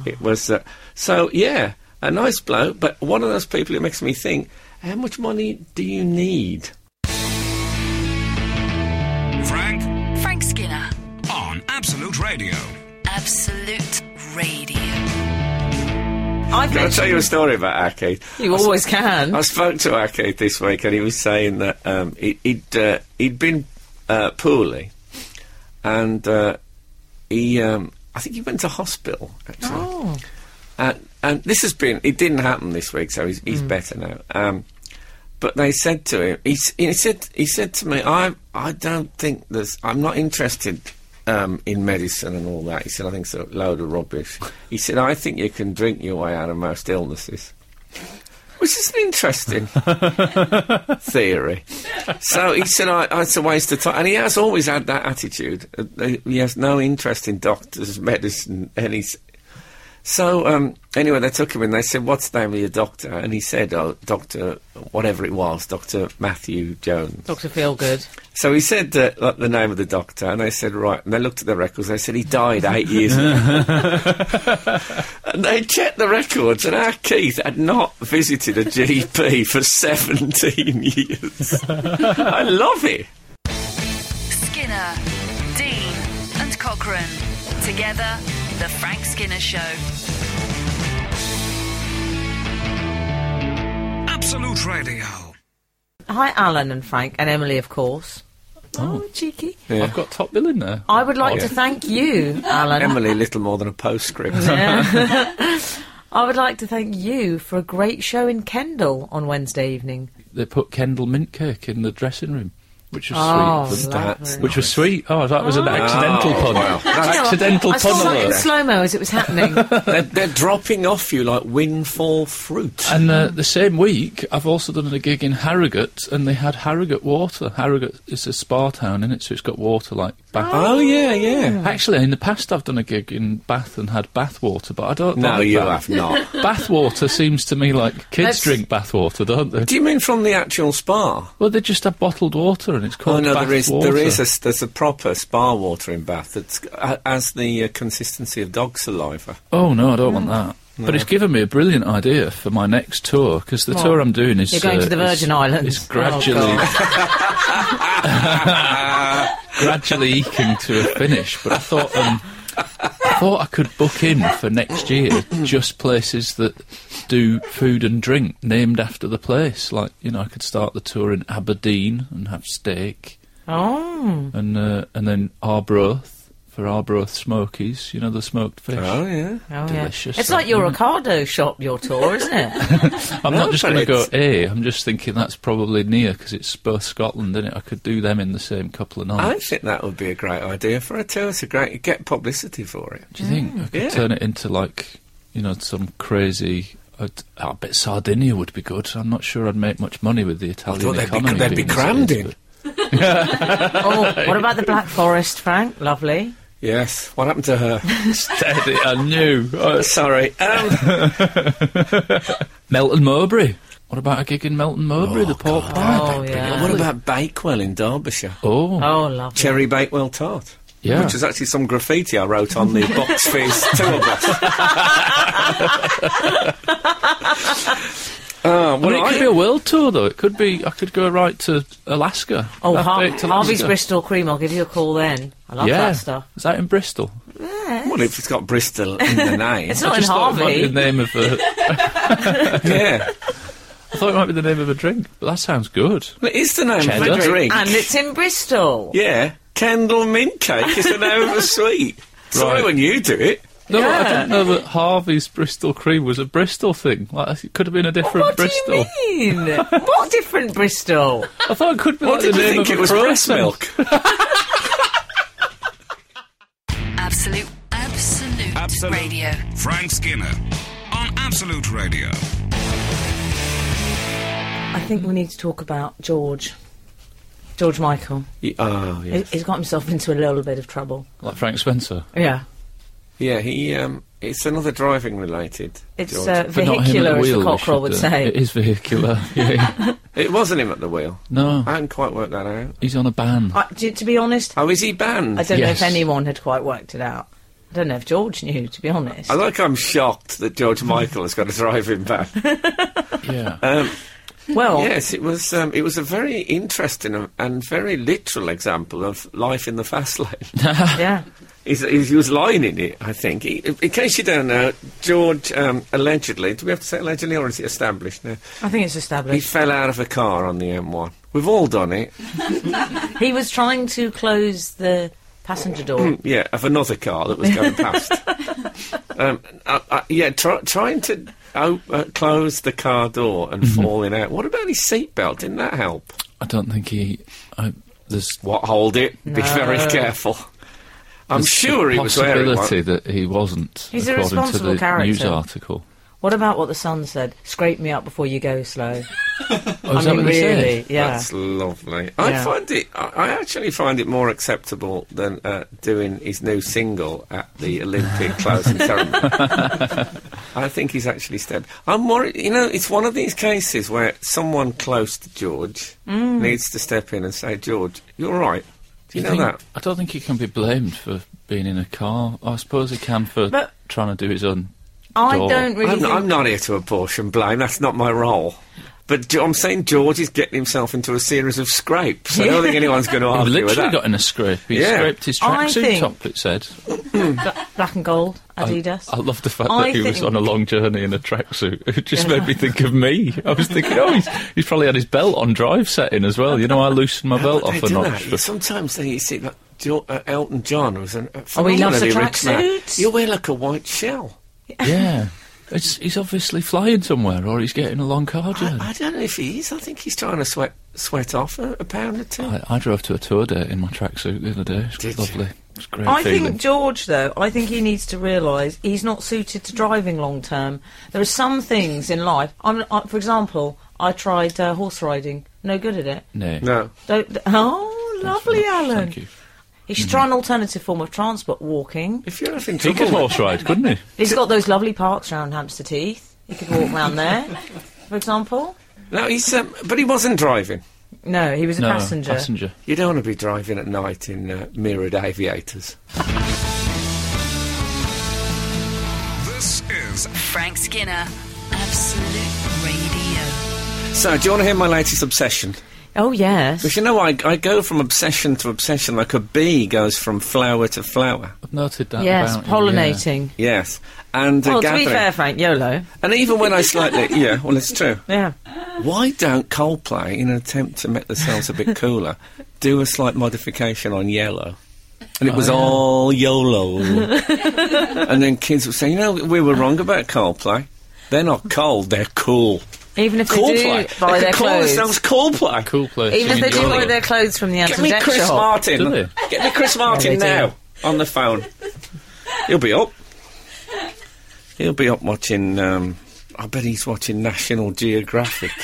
S1: It was uh, so yeah, a nice blow, but one of those people who makes me think, how much money do you need?
S4: Frank
S3: Frank Skinner,
S4: on Absolute Radio.
S3: Absolute Radio.
S2: I've
S1: Can I
S2: met
S1: tell you a story about Arcade?
S2: you. Always can.
S1: I spoke to Arcade this week, and he was saying that um, he, he'd uh, he'd been uh, poorly, and uh, he um, I think he went to hospital actually.
S2: Oh.
S1: And, and this has been it didn't happen this week, so he's, he's better now. Um, but they said to him, he, s- he said he said to me, I I don't think there's I'm not interested. Um, in medicine and all that, he said. I think it's a load of rubbish. He said, "I think you can drink your way out of most illnesses," which is an interesting theory. So he said, I, I, "It's a waste of time," and he has always had that attitude. Uh, uh, He has no interest in doctors, medicine, any. s- So um, anyway, they took him and they said, "What's the name of your doctor?" And he said, "Oh, Doctor, whatever it was, Doctor Matthew Jones."
S2: Doctor Feelgood.
S1: So he said uh, like, the name of the doctor, and they said, right. And they looked at the records, they said he died eight years ago. and they checked the records, and our Keith had not visited a GP for 17 years. I love it.
S3: Skinner, Dean, and Cochrane. Together, The Frank Skinner Show.
S4: Absolute Radio.
S2: Hi, Alan and Frank and Emily, of course. Oh, cheeky.
S5: I've got top bill in there.
S2: I would like
S1: Oh,
S2: to
S1: yeah.
S2: thank you, Alan.
S1: Emily, little more than a postscript.
S2: I would like to thank you for a great show in Kendal on Wednesday evening.
S5: They put Kendall Mintkirk in the dressing room, which was
S2: Oh,
S5: sweet. of them.
S1: That's
S2: lovely. Ah.
S5: Which was sweet. Oh, that was an accidental
S1: Oh,
S5: pun.
S1: wow.
S5: An accidental
S2: I saw
S5: pun
S2: that in
S5: alert.
S2: slow mo as it was happening.
S1: they're, they're dropping off you like windfall fruit.
S5: And uh, the same week, I've also done a gig in Harrogate, and they had Harrogate water. Harrogate is a spa town in it, so it's got water like Bath.
S1: oh, yeah, yeah.
S5: Actually, in the past, I've done a gig in Bath and had bath water, but I don't.
S1: No,
S5: like
S1: you
S5: that.
S1: have not.
S5: Bath water seems to me like kids
S2: Let's-
S5: drink bath water, don't they?
S1: Do you mean from the actual spa?
S5: Well, they just have bottled water, and it's
S1: Oh
S5: called
S1: no,
S5: bath
S1: there is
S5: water.
S1: there is a, s- there's a proper spa water in Bath that's uh, has the uh, consistency of dog saliva.
S5: Oh no, I don't want that. But it's given me a brilliant idea for my next tour because the
S2: What?
S5: tour I'm doing is uh,
S2: You're going to the
S5: is-
S2: Virgin Islands?
S5: Is gradually,
S2: Oh,
S5: gradually eking to a finish. But I thought, um, I thought I could book in for next year just places that do food and drink named after the place. Like you know, I could start the tour in Aberdeen and have steak,
S2: Oh,
S5: and uh, and then Arbroath for Arbroath Smokies. You know the smoked fish.
S1: Oh, yeah.
S2: oh
S5: Delicious,
S2: Yeah. It's like your
S5: that.
S2: Ricardo shop, your tour, isn't it?
S5: I'm
S1: No,
S5: not just
S1: but
S5: going to go
S1: it's-
S5: A. I'm just thinking that's probably near because it's both Scotland, is it? I could do them in the same couple of
S1: I
S5: nights.
S1: think that would be a great idea for a tour. It's a great get publicity for it.
S5: do you think I could
S1: yeah.
S5: turn it into like you know some crazy? I'd, I bet Sardinia would be good. I'm not sure I'd make much money with the Italian
S1: thought they'd be-
S5: economy.
S1: they'd be
S5: being as it
S1: crammed
S5: is,
S1: in.
S5: but-
S2: oh, what about the Black Forest, Frank? Lovely.
S1: Yes. What happened to her?
S5: Steady, I knew. Oh,
S1: Sorry. Um,
S5: Melton Mowbray. What about a gig in Melton Mowbray? the pork pie.
S2: Oh, yeah.
S1: what about Bakewell in Derbyshire?
S5: Oh,
S2: Oh, lovely.
S1: Um, Cherry Bakewell tart.
S5: Yeah.
S1: Which is actually some graffiti I wrote on the box fees tour bus. Ah,
S5: I mean,
S1: well,
S5: it
S1: I-
S5: could be a world tour though. It could be. I could go right to Alaska.
S2: Oh,
S5: Half
S2: Har-
S5: baked Alaska.
S2: Harvey's Bristol Cream. I'll give you a call then. I love
S5: Yeah,
S2: that stuff.
S5: is that in Bristol?
S1: well, if it's got Bristol in the name.
S2: It's not in
S5: Just thought it might be
S2: Harvey.
S5: the name of a-
S1: yeah.
S5: I thought it might be the name of a drink. But that sounds good.
S1: Well, it is the name
S5: Cheddar.
S1: of a drink.
S2: And it's in Bristol.
S1: yeah. Kendall mint cake is the name of a sweet. Sorry
S5: Right.
S1: when you do it.
S5: No, I didn't know that Harvey's Bristol cream was a Bristol thing. Like, it could have been a different
S2: What
S5: Bristol.
S2: do you mean? what different Bristol?
S5: I thought it could be
S1: What did
S5: like the
S1: you
S5: name
S1: think
S5: of
S1: it
S5: a
S1: was? Breast
S5: process.
S1: milk.
S3: Absolute, absolute,
S4: Absolute.
S3: radio.
S4: Frank Skinner on Absolute Radio.
S2: I think we need to talk about George. George Michael.
S1: Y- Oh,
S2: He-
S1: yeah.
S2: He's got himself into a little bit of trouble.
S5: Like Frank Spencer.
S2: Yeah.
S1: Yeah, he, um, it's another driving related.
S2: It's
S1: George.
S2: uh,
S5: But not him at
S2: vehicular,
S5: the
S2: as
S5: wheel.
S2: the
S5: we
S2: cockerel
S5: should,
S2: would
S5: uh,
S2: say.
S5: It is vehicular. yeah.
S1: It wasn't him at the wheel.
S5: No,
S1: I hadn't quite worked that out.
S5: he's on a ban.
S2: I, d- to be honest,
S1: Oh, is he banned?
S2: I don't know if
S5: Yes.
S2: anyone had quite worked it out. I don't know if George knew, to be honest.
S1: I like I'm shocked that George Michael has got a driving ban.
S5: yeah.
S2: well,
S1: yes, it was um, it was a very interesting and- and very literal example of life in the fast lane.
S2: yeah.
S1: He's, he's- he was lying in it, I think. He, in case you don't know, George um, allegedly, do we have to say allegedly or is it established now?
S2: I think it's
S1: He
S2: established.
S1: fell out of a car on the M1. We've all done it.
S2: He was trying to close the passenger door.
S1: Yeah, of another car that was going past. um, I, I, yeah, try, trying to o- uh, close the car door and falling out. What about his seatbelt? Didn't that help?
S5: I don't think he. I, there's.
S1: What? Hold it. Be very
S2: No.
S1: careful. I'm
S5: there's
S1: sure
S5: a
S1: he was wearing
S5: possibility
S1: one.
S5: that he wasn't,
S2: He's a
S5: according to
S2: responsible
S5: the
S2: character.
S5: news article.
S2: What about what the Sun said? Scrape me up before you go slow.
S5: Oh, is
S2: I
S5: that
S2: mean,
S5: what they said?
S2: really, yeah.
S1: That's lovely. I
S2: Yeah.
S1: find it. I, I actually find it more acceptable than uh, doing his new single at the Olympic closing ceremony. I think he's actually stabbed. I'm worried. You know, it's one of these cases where someone close to George
S2: Mm.
S1: needs to step in and say, "George, you're right." Do you, know
S5: think-
S1: that?
S5: I don't think he can be blamed for being in a car. I suppose he can for
S2: But-
S5: trying to do his own.
S2: I
S5: door.
S2: don't really
S1: I'm,
S2: think...
S1: I'm not here to apportion blame. That's not my role. But Jo- I'm saying George is getting himself into a series of scrapes. I don't think anyone's going to
S5: He
S1: argue with
S5: literally
S1: that.
S5: got in a scrape. He
S1: Yeah.
S5: scraped his
S2: I
S5: tracksuit
S2: think-
S5: top. It said.
S2: Black and gold, Adidas.
S5: I, I love the fact
S2: I
S5: that he was
S2: think-
S5: on a long journey in a tracksuit. It just made me think of me. I was thinking, oh, he's, he's probably had his belt on drive setting as well. You know, I loosened my belt
S1: But they
S5: off a
S1: do
S5: notch.
S1: that.
S5: for-
S1: Sometimes they you see like jo- uh, Elton John was an, a
S2: Oh, he loves the
S1: phenomenally rich man.
S2: tracksuit.
S1: You wear like a white shell.
S5: yeah. It's, he's obviously flying somewhere or he's getting a long car journey.
S1: I, I don't know if he is. I think he's trying to sweat sweat off a, a pound or two.
S5: I, I drove to a tour date in my tracksuit the other day. It
S1: Did
S5: was
S1: you?
S5: lovely. It's a great
S2: I
S5: feeling.
S2: think George, though, I think he needs to realise he's not suited to driving long term. There are some things in life. I'm, I, for example, I tried uh, horse riding. No good at it.
S5: no.
S1: no,
S2: Don't. Oh,
S5: Thanks
S2: lovely,
S5: very much.
S2: Alan.
S5: Thank you. Mm-hmm.
S2: He should try an alternative form of transport, walking.
S1: if you're having
S5: He
S1: trouble,
S5: could
S1: with-
S5: horse ride, couldn't he?
S2: He's got those lovely parks round Hampstead Heath. He could walk round there, for example.
S1: no, he's um, but he wasn't driving.
S2: No, he was a
S5: No,
S2: passenger.
S5: passenger.
S1: You don't want to be driving at night in uh, mirrored aviators.
S4: This is
S3: Frank Skinner. Absolute Radio.
S1: So, do you want to hear my latest obsession?
S2: Oh, yes.
S1: Because you know, I, I go from obsession to obsession like a bee goes from flower to flower.
S5: I've noted that.
S2: Yes,
S5: about you, yeah.
S2: pollinating.
S1: Yes. And uh,
S2: Well, to be
S1: gathering.
S2: fair, Frank, YOLO.
S1: And even when I slightly. yeah, well, it's true.
S2: Yeah.
S1: Why don't Coldplay, in an attempt to make themselves a bit cooler, do a slight modification on yellow? And it
S2: Oh,
S1: was all YOLO. and then kids would say, you know, we were wrong about Coldplay. They're not cold, they're cool.
S2: Even if they do
S1: Coldplay.
S2: buy
S1: they
S2: their
S1: could call
S2: clothes.
S1: themselves Coldplay.
S5: Cool place.
S2: Even if they do buy their clothes from the
S1: Get
S2: Anton
S1: me
S2: Deck
S1: Chris
S2: shop.
S5: Do
S1: Martin.
S5: they?
S1: Get me Chris
S2: they
S1: Martin
S2: do.
S1: now on the phone. He'll be up. He'll be up watching. Um, I bet he's watching National Geographic.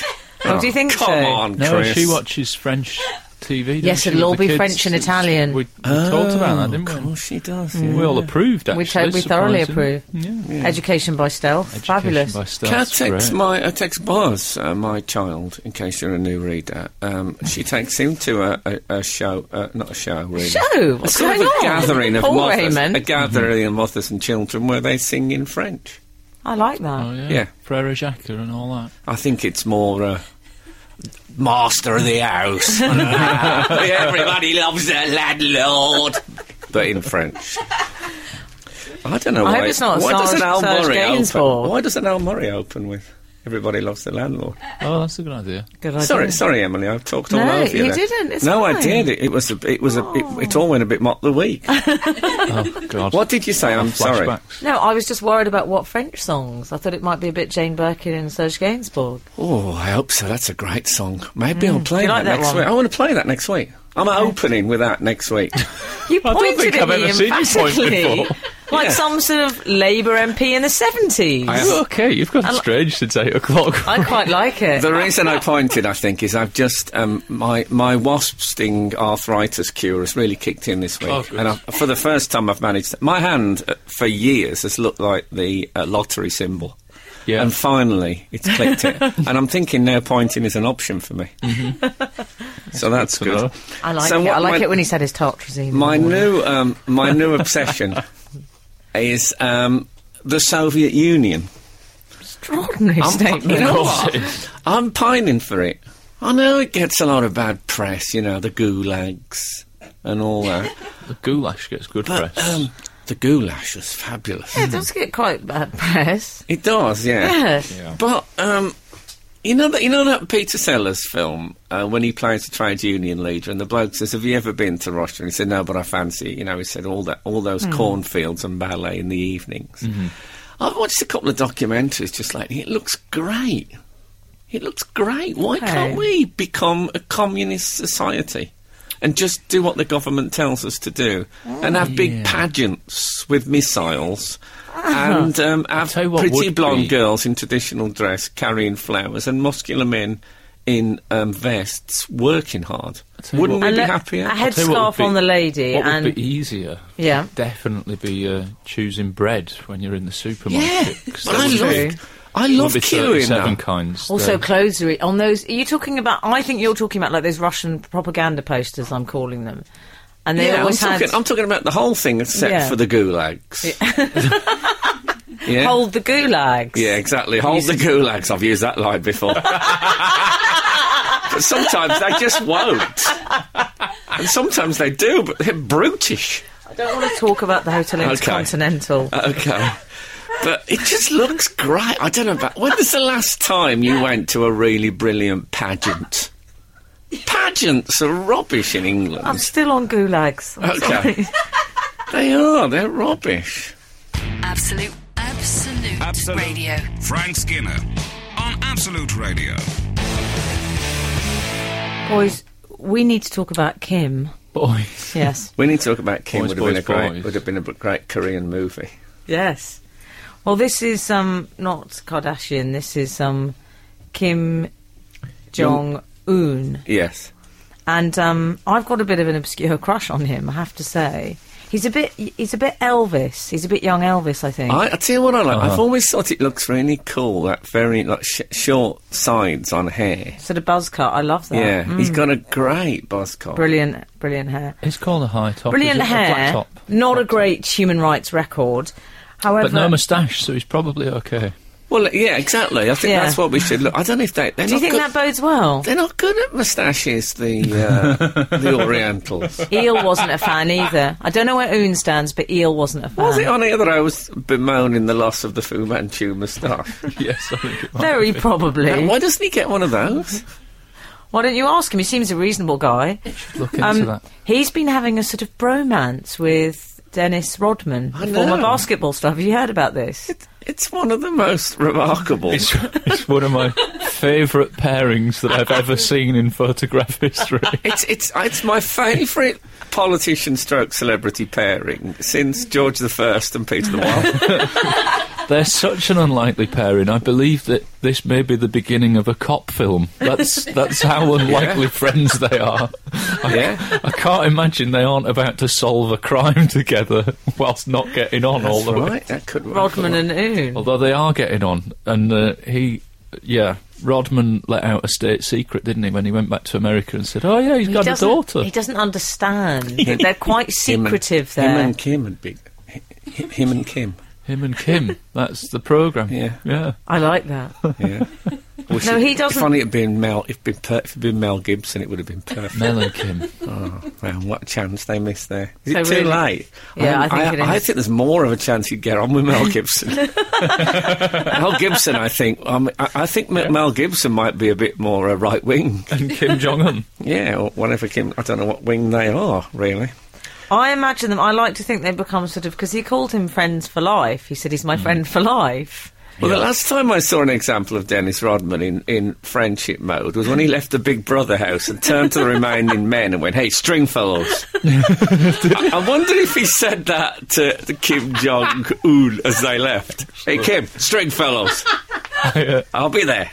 S2: Oh, do you think
S1: Come
S2: so?
S1: on,
S5: No,
S1: Chris.
S5: she watches French TV. doesn't
S2: Yes,
S5: she,
S2: it'll
S5: with
S2: all
S5: the
S2: be
S5: kids?
S2: French and
S5: It's-
S2: Italian.
S5: We, we talked about that, didn't we? Mm.
S1: Of course she does.
S5: We all
S1: Oh, yeah.
S5: approved, actually.
S2: We ta- we thoroughly
S5: surprising.
S2: approve.
S5: Yeah.
S2: Education by stealth. Fabulous.
S5: Education by stealth,
S1: Can I
S5: it's
S1: text
S5: great.
S1: my I text Buzz, uh, my child, in case you're a new reader. Um, she takes him to a, a, a show, uh, not a show, really.
S2: Show? What's
S1: a sort
S2: going
S1: of a
S2: on?
S1: gathering of
S2: Paul
S1: mothers,
S2: Raymond.
S1: a gathering of mothers and children where they sing in French.
S2: I like that.
S5: Oh, yeah.
S1: Yeah.
S5: Frere Jacques and all that.
S1: I think it's more uh, master of the house. Everybody loves their landlord, but in French. I don't know
S2: I
S1: why.
S2: hope it's not
S1: why doesn't
S2: Sergeant
S1: Al
S2: Serge
S1: Murray
S2: Gainsbourg.
S1: open? Why doesn't Al Murray open with "Everybody loves their landlord"?
S5: Oh, that's a good idea.
S2: Good idea.
S1: sorry, sorry, Emily, I've talked all
S2: No,
S1: over you.
S2: you
S1: there.
S2: didn't, it's
S1: no, I
S2: fine. Oh.
S1: did. It, it was. A, it was. A, it, it all went a bit mock the week.
S5: Oh, God.
S1: What did you say? I'm sorry.
S5: Flashbacks.
S2: No, I was just worried about what French songs. I thought it might be a bit Jane Birkin and Serge Gainsbourg.
S1: Oh, I hope so. That's a great song. Maybe I'll play
S2: Mm. you like
S1: that,
S2: that
S1: next
S2: one?
S1: week. I want to play that next week. I'm opening with that next week.
S2: You
S5: I don't
S2: pointed
S5: think
S2: at
S5: I've
S2: me
S5: ever seen you point
S2: emphatically,
S5: before.
S2: like
S1: Yeah.
S2: some sort of Labour MP in the seventies.
S1: I-
S5: You're okay, you've got strange since 8 o'clock.
S2: I quite like it.
S1: the reason I pointed, I think, is I've just um, my my wasp sting arthritis cure has really kicked in this week,
S5: Oh, good.
S1: and I, for the first time I've managed. My hand uh, for years has looked like the uh, lottery symbol.
S5: Yeah.
S1: And finally, it's clicked it, and I'm thinking now pointing is an option for me. so that's
S5: Mm-hmm. good to
S1: good.
S5: know.
S2: I like
S1: So
S2: it.
S1: what
S2: I like
S1: my-
S2: it when he said his tartrazine.
S1: My new um, my new obsession is um, the Soviet Union.
S2: extraordinary statement.
S1: you know what? I'm pining for it. I know it gets a lot of bad press, you know, the gulags and all that.
S5: The goulash gets good
S1: But
S5: press.
S1: um, the goulash is fabulous.
S2: It does get quite bad press.
S1: It does, yeah.
S2: Yes.
S1: But um, you know that you know that Peter Sellers film uh, when he plays the trade union leader, and the bloke says, "Have you ever been to Russia?" And he said, "No, but I fancy." it." You know, he said all that, all those cornfields and ballet in the evenings.
S5: Mm-hmm.
S1: I've watched a couple of documentaries just lately. It looks great. It looks great. Why
S2: Okay.
S1: can't we become a communist society? And just do what the government tells us to do, and have big pageants with missiles, and um, have
S5: tell you what
S1: pretty
S5: would
S1: blonde
S5: be-
S1: girls in traditional dress carrying flowers and muscular men in um, vests working hard.
S5: tell you
S1: Wouldn't
S5: what-
S1: we
S2: And
S1: be
S2: look,
S1: happier?
S2: I had-
S5: Tell you what
S2: Headscarf
S5: would
S2: on the lady
S5: What
S2: and-
S5: would be easier?
S2: Yeah.
S5: would Definitely be uh, choosing bread when you're in
S1: yeah,
S5: the supermarket. 'cause
S1: but
S5: there
S1: I
S5: would be-
S2: true.
S1: love, I
S5: would
S1: love
S5: be
S1: queuing.
S5: 37
S1: now.
S5: kinds.
S2: Also,
S5: there.
S2: clothes are e- on those. Are you talking about? I think you're talking about like those Russian propaganda posters. I'm calling them, and they
S1: Yeah, I'm
S2: always had
S1: talking, I'm talking about the whole thing except
S2: Yeah.
S1: for the gulags. yeah.
S2: hold the gulags.
S1: Yeah, exactly. Hold the gulags. I've used that line before. but sometimes they just won't. And sometimes they do, but they're brutish.
S2: I don't want to talk about the Hotel Intercontinental.
S1: Okay. But it just looks great. I don't know about. When was the last time you went to a really brilliant pageant? Pageants are rubbish in
S2: I'm
S1: England.
S2: still on gulags. I'm
S1: Okay.
S2: sorry. Oh.
S1: They are. They're rubbish.
S3: Absolute, absolute,
S4: Absolute.
S3: radio.
S4: Frank Skinner on Absolute Radio.
S2: Boys, we need to talk about Kim.
S5: Boys.
S2: Yes.
S1: We need to talk about Kim.
S5: Boys,
S1: would have been a
S5: boys,
S1: great.
S5: boys.
S1: Would have been a great Korean movie.
S2: Yes. Well, this is um, not Kardashian. This is um, Kim Jong Un,
S1: Yes.
S2: and um, I've got a bit of an obscure crush on him. I have to say, he's a bit he's a bit Elvis. He's a bit young Elvis, I think.
S1: I, I tell you what I like.
S5: Uh-huh.
S1: I've always thought it looks really cool. That very like sh- short sides on hair.
S2: sort of buzz cut. I love that.
S1: Yeah,
S2: Mm.
S1: he's got a great buzz cut.
S2: brilliant, brilliant hair.
S5: It's called a high top.
S2: Brilliant
S5: is it? A
S2: hair.
S5: flat top.
S2: Not
S5: Flat
S2: a great human rights record. However,
S5: But no moustache, so he's probably okay.
S1: Well, yeah, exactly. I think
S2: Yeah.
S1: that's what we should look. I don't know if they. They're
S2: Do
S1: not
S2: you think
S1: good,
S2: that bodes well?
S1: They're not good at moustaches, the uh, the Orientals.
S2: Eel wasn't a fan either. I don't know where Oon stands, but Eel wasn't a fan.
S1: Was it on here that I was bemoaning the loss of the Fu Manchu moustache?
S5: yes, I think it might
S2: Very probably.
S1: Why doesn't he get one of those?
S2: Why don't you ask him? He seems a reasonable guy.
S5: look into
S2: Um,
S5: that.
S2: he's been having a sort of bromance with Dennis Rodman,
S1: I
S2: the former
S1: know.
S2: basketball star. Have you heard about this?
S1: It's one of the most remarkable.
S5: It's, it's one of my favourite pairings that I've ever seen in photograph history.
S1: It's it's it's my favourite politician stroke celebrity pairing since George the First and Peter the Wild.
S5: They're such an unlikely pairing. I believe that this may be the beginning of a cop film. That's that's how unlikely friends they are. I,
S1: Yeah.
S5: I can't imagine they aren't about to solve a crime together whilst not getting on all
S1: That's
S5: the way.
S1: right, that could work.
S2: Rodman and Oon.
S5: Although they are getting on, and uh, he, yeah, Rodman let out a state secret, didn't he, when he went back to America and said, "Oh yeah, he's got a
S2: doesn't-
S5: daughter."
S2: He doesn't understand. They're quite
S1: Him and-
S2: secretive
S1: him
S2: there.
S1: and Kim would be. hi- hi- Him and Kim.
S5: Him and Kim. That's the program.
S1: Yeah.
S5: yeah.
S2: I like that.
S1: Yeah. Wish
S2: No,
S1: it-
S2: he
S1: If
S2: doesn't-
S1: only it'd been Mel, if it'd been, per- if it'd been Mel Gibson, it would have been perfect.
S5: Mel and Kim.
S1: Oh, man, what a chance they missed there. Is it
S2: So
S1: too
S2: really-
S1: late?
S2: Yeah, I think it is.
S1: I think there's more of a chance you'd get on with Mel Gibson. Mel Gibson, I think. Um, I, I think M- Mel Gibson might be a bit more uh, right wing.
S5: and Kim Jong Un.
S1: Yeah, or whatever. Kim, I don't know what wing they are, really.
S2: I imagine them. I like to think they become sort of because he called him friends for life. He said he's
S1: Hmm.
S2: my friend for life.
S1: Well, the last time I saw an example of Dennis Rodman in, in friendship mode was when he left the Big Brother house and turned to the remaining men and went, "Hey, stringfellows." I, I wonder if he said that to, to Kim Jong Un as they left. Hey, Kim, stringfellows, I'll be there.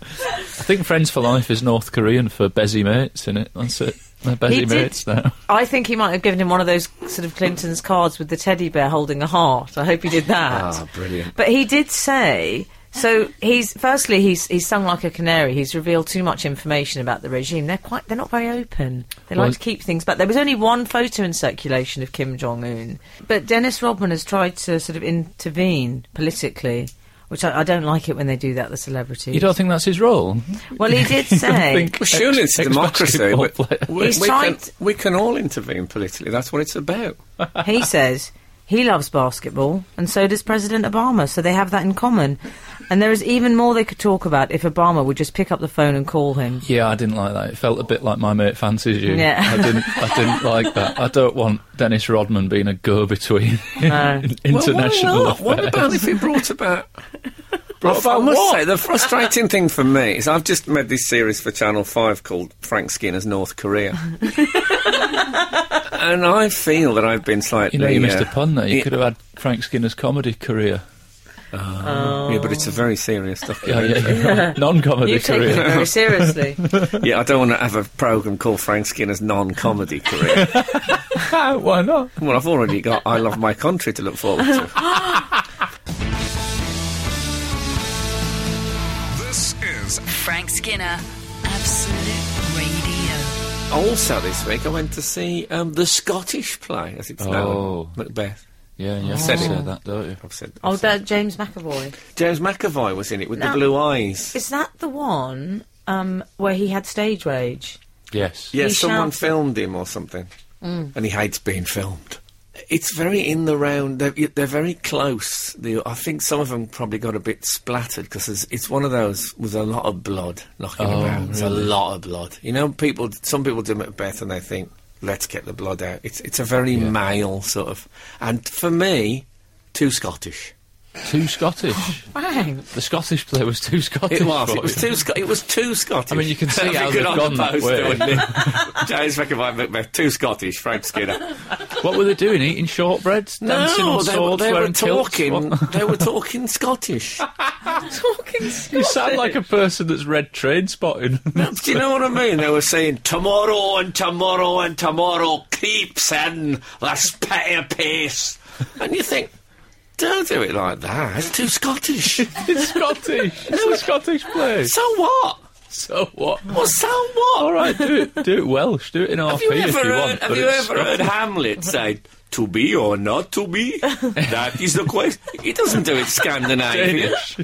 S5: I think Friends for Life is North Korean for busy mates, isn't it? That's it. They're busy
S2: He did-
S5: mates now.
S2: I think he might have given him one of those sort of Clinton's cards with the teddy bear holding a heart. I hope he did that.
S1: Ah, brilliant.
S2: But he did say so. He's firstly he's he's sung like a canary. He's revealed too much information about the regime. They're quite they're not very open. They
S5: Well-
S2: like to keep things back. There was only one photo in circulation of Kim Jong Un, but Dennis Rodman has tried to sort of intervene politically. Which I, I don't like it when they do that. The celebrities.
S5: You don't think that's his role?
S2: well, he did say.
S5: think-
S1: Well, surely it's
S5: Ex-
S1: democracy. We,
S5: ex-basketball player.
S1: we,
S2: He's
S1: we
S2: trying
S1: can,
S2: to-
S1: we can all intervene politically. That's what it's about.
S2: he says he loves basketball, and so does President Obama, so they have that in common. And there is even more they could talk about if Obama would just pick up the phone and call him.
S5: Yeah, I didn't like that. It felt a bit like my mate fancies you.
S2: Yeah.
S5: I didn't. I didn't like that. I don't want Dennis Rodman being a go-between
S2: No.
S5: in international
S1: Well, why not? What
S5: affairs.
S1: about if he brought about? I, I must say the frustrating thing for me is I've just made this series for Channel Five called Frank Skinner's North Korea, and I feel that I've been slightly.
S5: you know, you missed a
S1: uh,
S5: pun there. You
S1: yeah,
S5: could have had Frank Skinner's comedy career.
S1: yeah, but it's a very serious
S5: Yeah,
S1: documentary.
S5: yeah, yeah. Non-comedy
S2: You've taken it
S5: career.
S2: very seriously.
S1: yeah. I don't want to have a program called Frank Skinner's non-comedy career.
S5: why not?
S1: well, I've already got I Love My Country to look forward to.
S4: This is
S3: Frank Skinner, Absolute Radio.
S1: Also, this week I went to see um, the Scottish play, as it's
S5: Oh.
S1: known, Macbeth.
S5: Yeah, you have
S1: Said
S5: to
S1: it.
S5: say that, don't you?
S1: I've said.
S2: oh, that James McAvoy.
S1: James McAvoy was in it with
S2: Now-
S1: the blue eyes.
S2: Is that the one um, where he had stage rage?
S5: Yes.
S1: Yeah,
S2: He Mm.
S1: someone
S2: shouts-
S1: filmed him or something, and he hates being filmed. It's very in the round. They're, they're very close. The, I think some of them probably got a bit splattered because it's, it's one of those with a lot of blood knocking
S5: Oh,
S1: around. It's a lot of blood. You know, people. Some people do Macbeth and they think, "Let's get the blood out." It's it's a very male sort of, and for me, too Scottish.
S5: Too Scottish.
S2: Bang.
S5: The Scottish player was too Scottish.
S1: It was.
S5: for
S1: It was
S5: you.
S1: too. Sc- it was too Scottish.
S5: I mean, you can see
S1: That'd be
S5: how
S1: good
S5: they've
S1: on
S5: gone
S1: the
S5: that
S1: poster,
S5: way.
S1: wouldn't it? James McAvoy Macbeth, too Scottish. Frank Skinner.
S5: What were they doing? Eating shortbreads? dancing on
S1: they, were-
S5: swords?
S1: they were
S5: wearing kilts?
S1: talking.
S5: What?
S1: they were talking Scottish.
S2: Talking
S5: You sound like a person that's read train spotting.
S1: Do you know what I mean? They were saying tomorrow and tomorrow and tomorrow creeps in this petty pace, and you think. Don't do it like that. It's too Scottish.
S5: it's Scottish. It's a Scottish play.
S1: so what?
S5: So what?
S1: Well, so what?
S5: All right, do it. Do it Welsh. Do it in
S1: Have
S5: RP
S1: you
S5: if
S1: ever
S5: you
S1: heard,
S5: want.
S1: have
S5: but
S1: you
S5: it's
S1: ever heard
S5: Scottish.
S1: Hamlet say, to be or not to be? That is the question. He doesn't do it Scandinavian.
S5: Danish.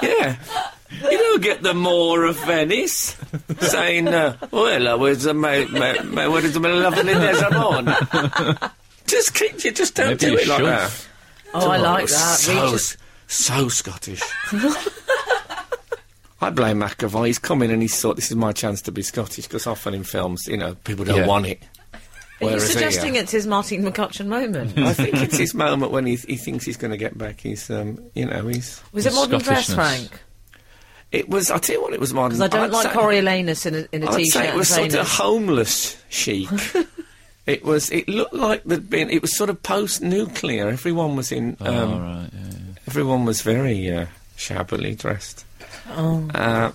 S1: Yeah. You don't get the Moor of Venice saying, uh, well, where's the my, my, my, where is my lovely Desamon? just keep, you just don't
S5: Maybe
S1: do
S5: you
S1: it like
S5: should.
S1: that.
S2: Oh, I like that.
S1: So,
S2: Regis-
S1: so Scottish. I blame McAvoy. He's come in and he's thought this is my chance to be Scottish because often in films, you know, people don't
S5: Yeah.
S1: want it.
S2: Are you
S1: Whereas here-
S2: suggesting it's his Martin McCutcheon moment?
S1: I think it's his moment when he, he thinks he's going to get back. He's, um, you know, he's.
S2: Was it modern dress,
S5: Scottishness.
S2: Frank?
S1: It was. I tell you what, it was modern.
S2: Because I don't
S1: I'd
S2: like
S1: say-
S2: Coriolanus in a, in a
S1: I'd
S2: t-shirt
S1: say it
S2: and
S1: was sort of
S2: trainers.
S1: homeless chic. it was. It looked like there'd been. It was sort of post-nuclear. Everyone was in. Um,
S5: All right, yeah,
S1: Everyone was very uh, shabbily dressed.
S2: Oh.
S1: Uh,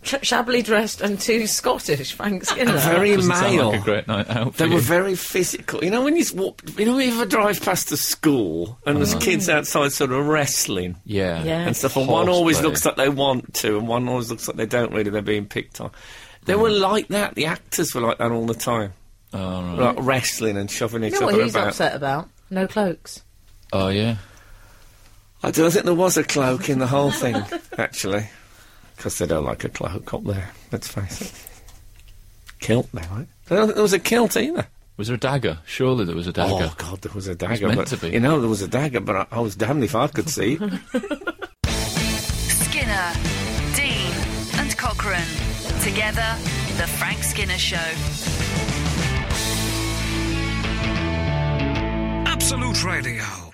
S2: Sh- shabbily dressed and too Scottish, Frank Skinner.
S1: very
S5: Doesn't sound
S1: male.
S5: like a great night out. For
S1: they
S5: you.
S1: were very physical. You know when you s- walk. You know if I drive past a school and there's kids outside sort of wrestling.
S5: yeah.
S2: Yeah.
S1: and stuff. And one always
S5: Horseplay.
S1: looks like they want to, and one always looks like they don't really. They're being picked on. They
S5: Mm.
S1: were like that. The actors were like that all the time,
S5: All Oh,
S1: like
S5: right.
S1: wrestling and shoving each
S2: You know what
S1: other
S2: he's
S1: about.
S2: upset about? No cloaks.
S5: Oh yeah.
S1: I don't think there was a cloak in the whole thing, actually, because they don't like a cloak up there. Let's face it. Kilt, they like. I don't think there was a kilt either.
S5: Was there a dagger? Surely there was a dagger.
S1: Oh God, there was a dagger.
S5: meant
S1: but,
S5: to be.
S1: You know, there was a dagger, but I, I was damned if I could see. it.
S3: Skinner, Dean, and Cochrane. Together, The Frank Skinner Show.
S4: Absolute Radio.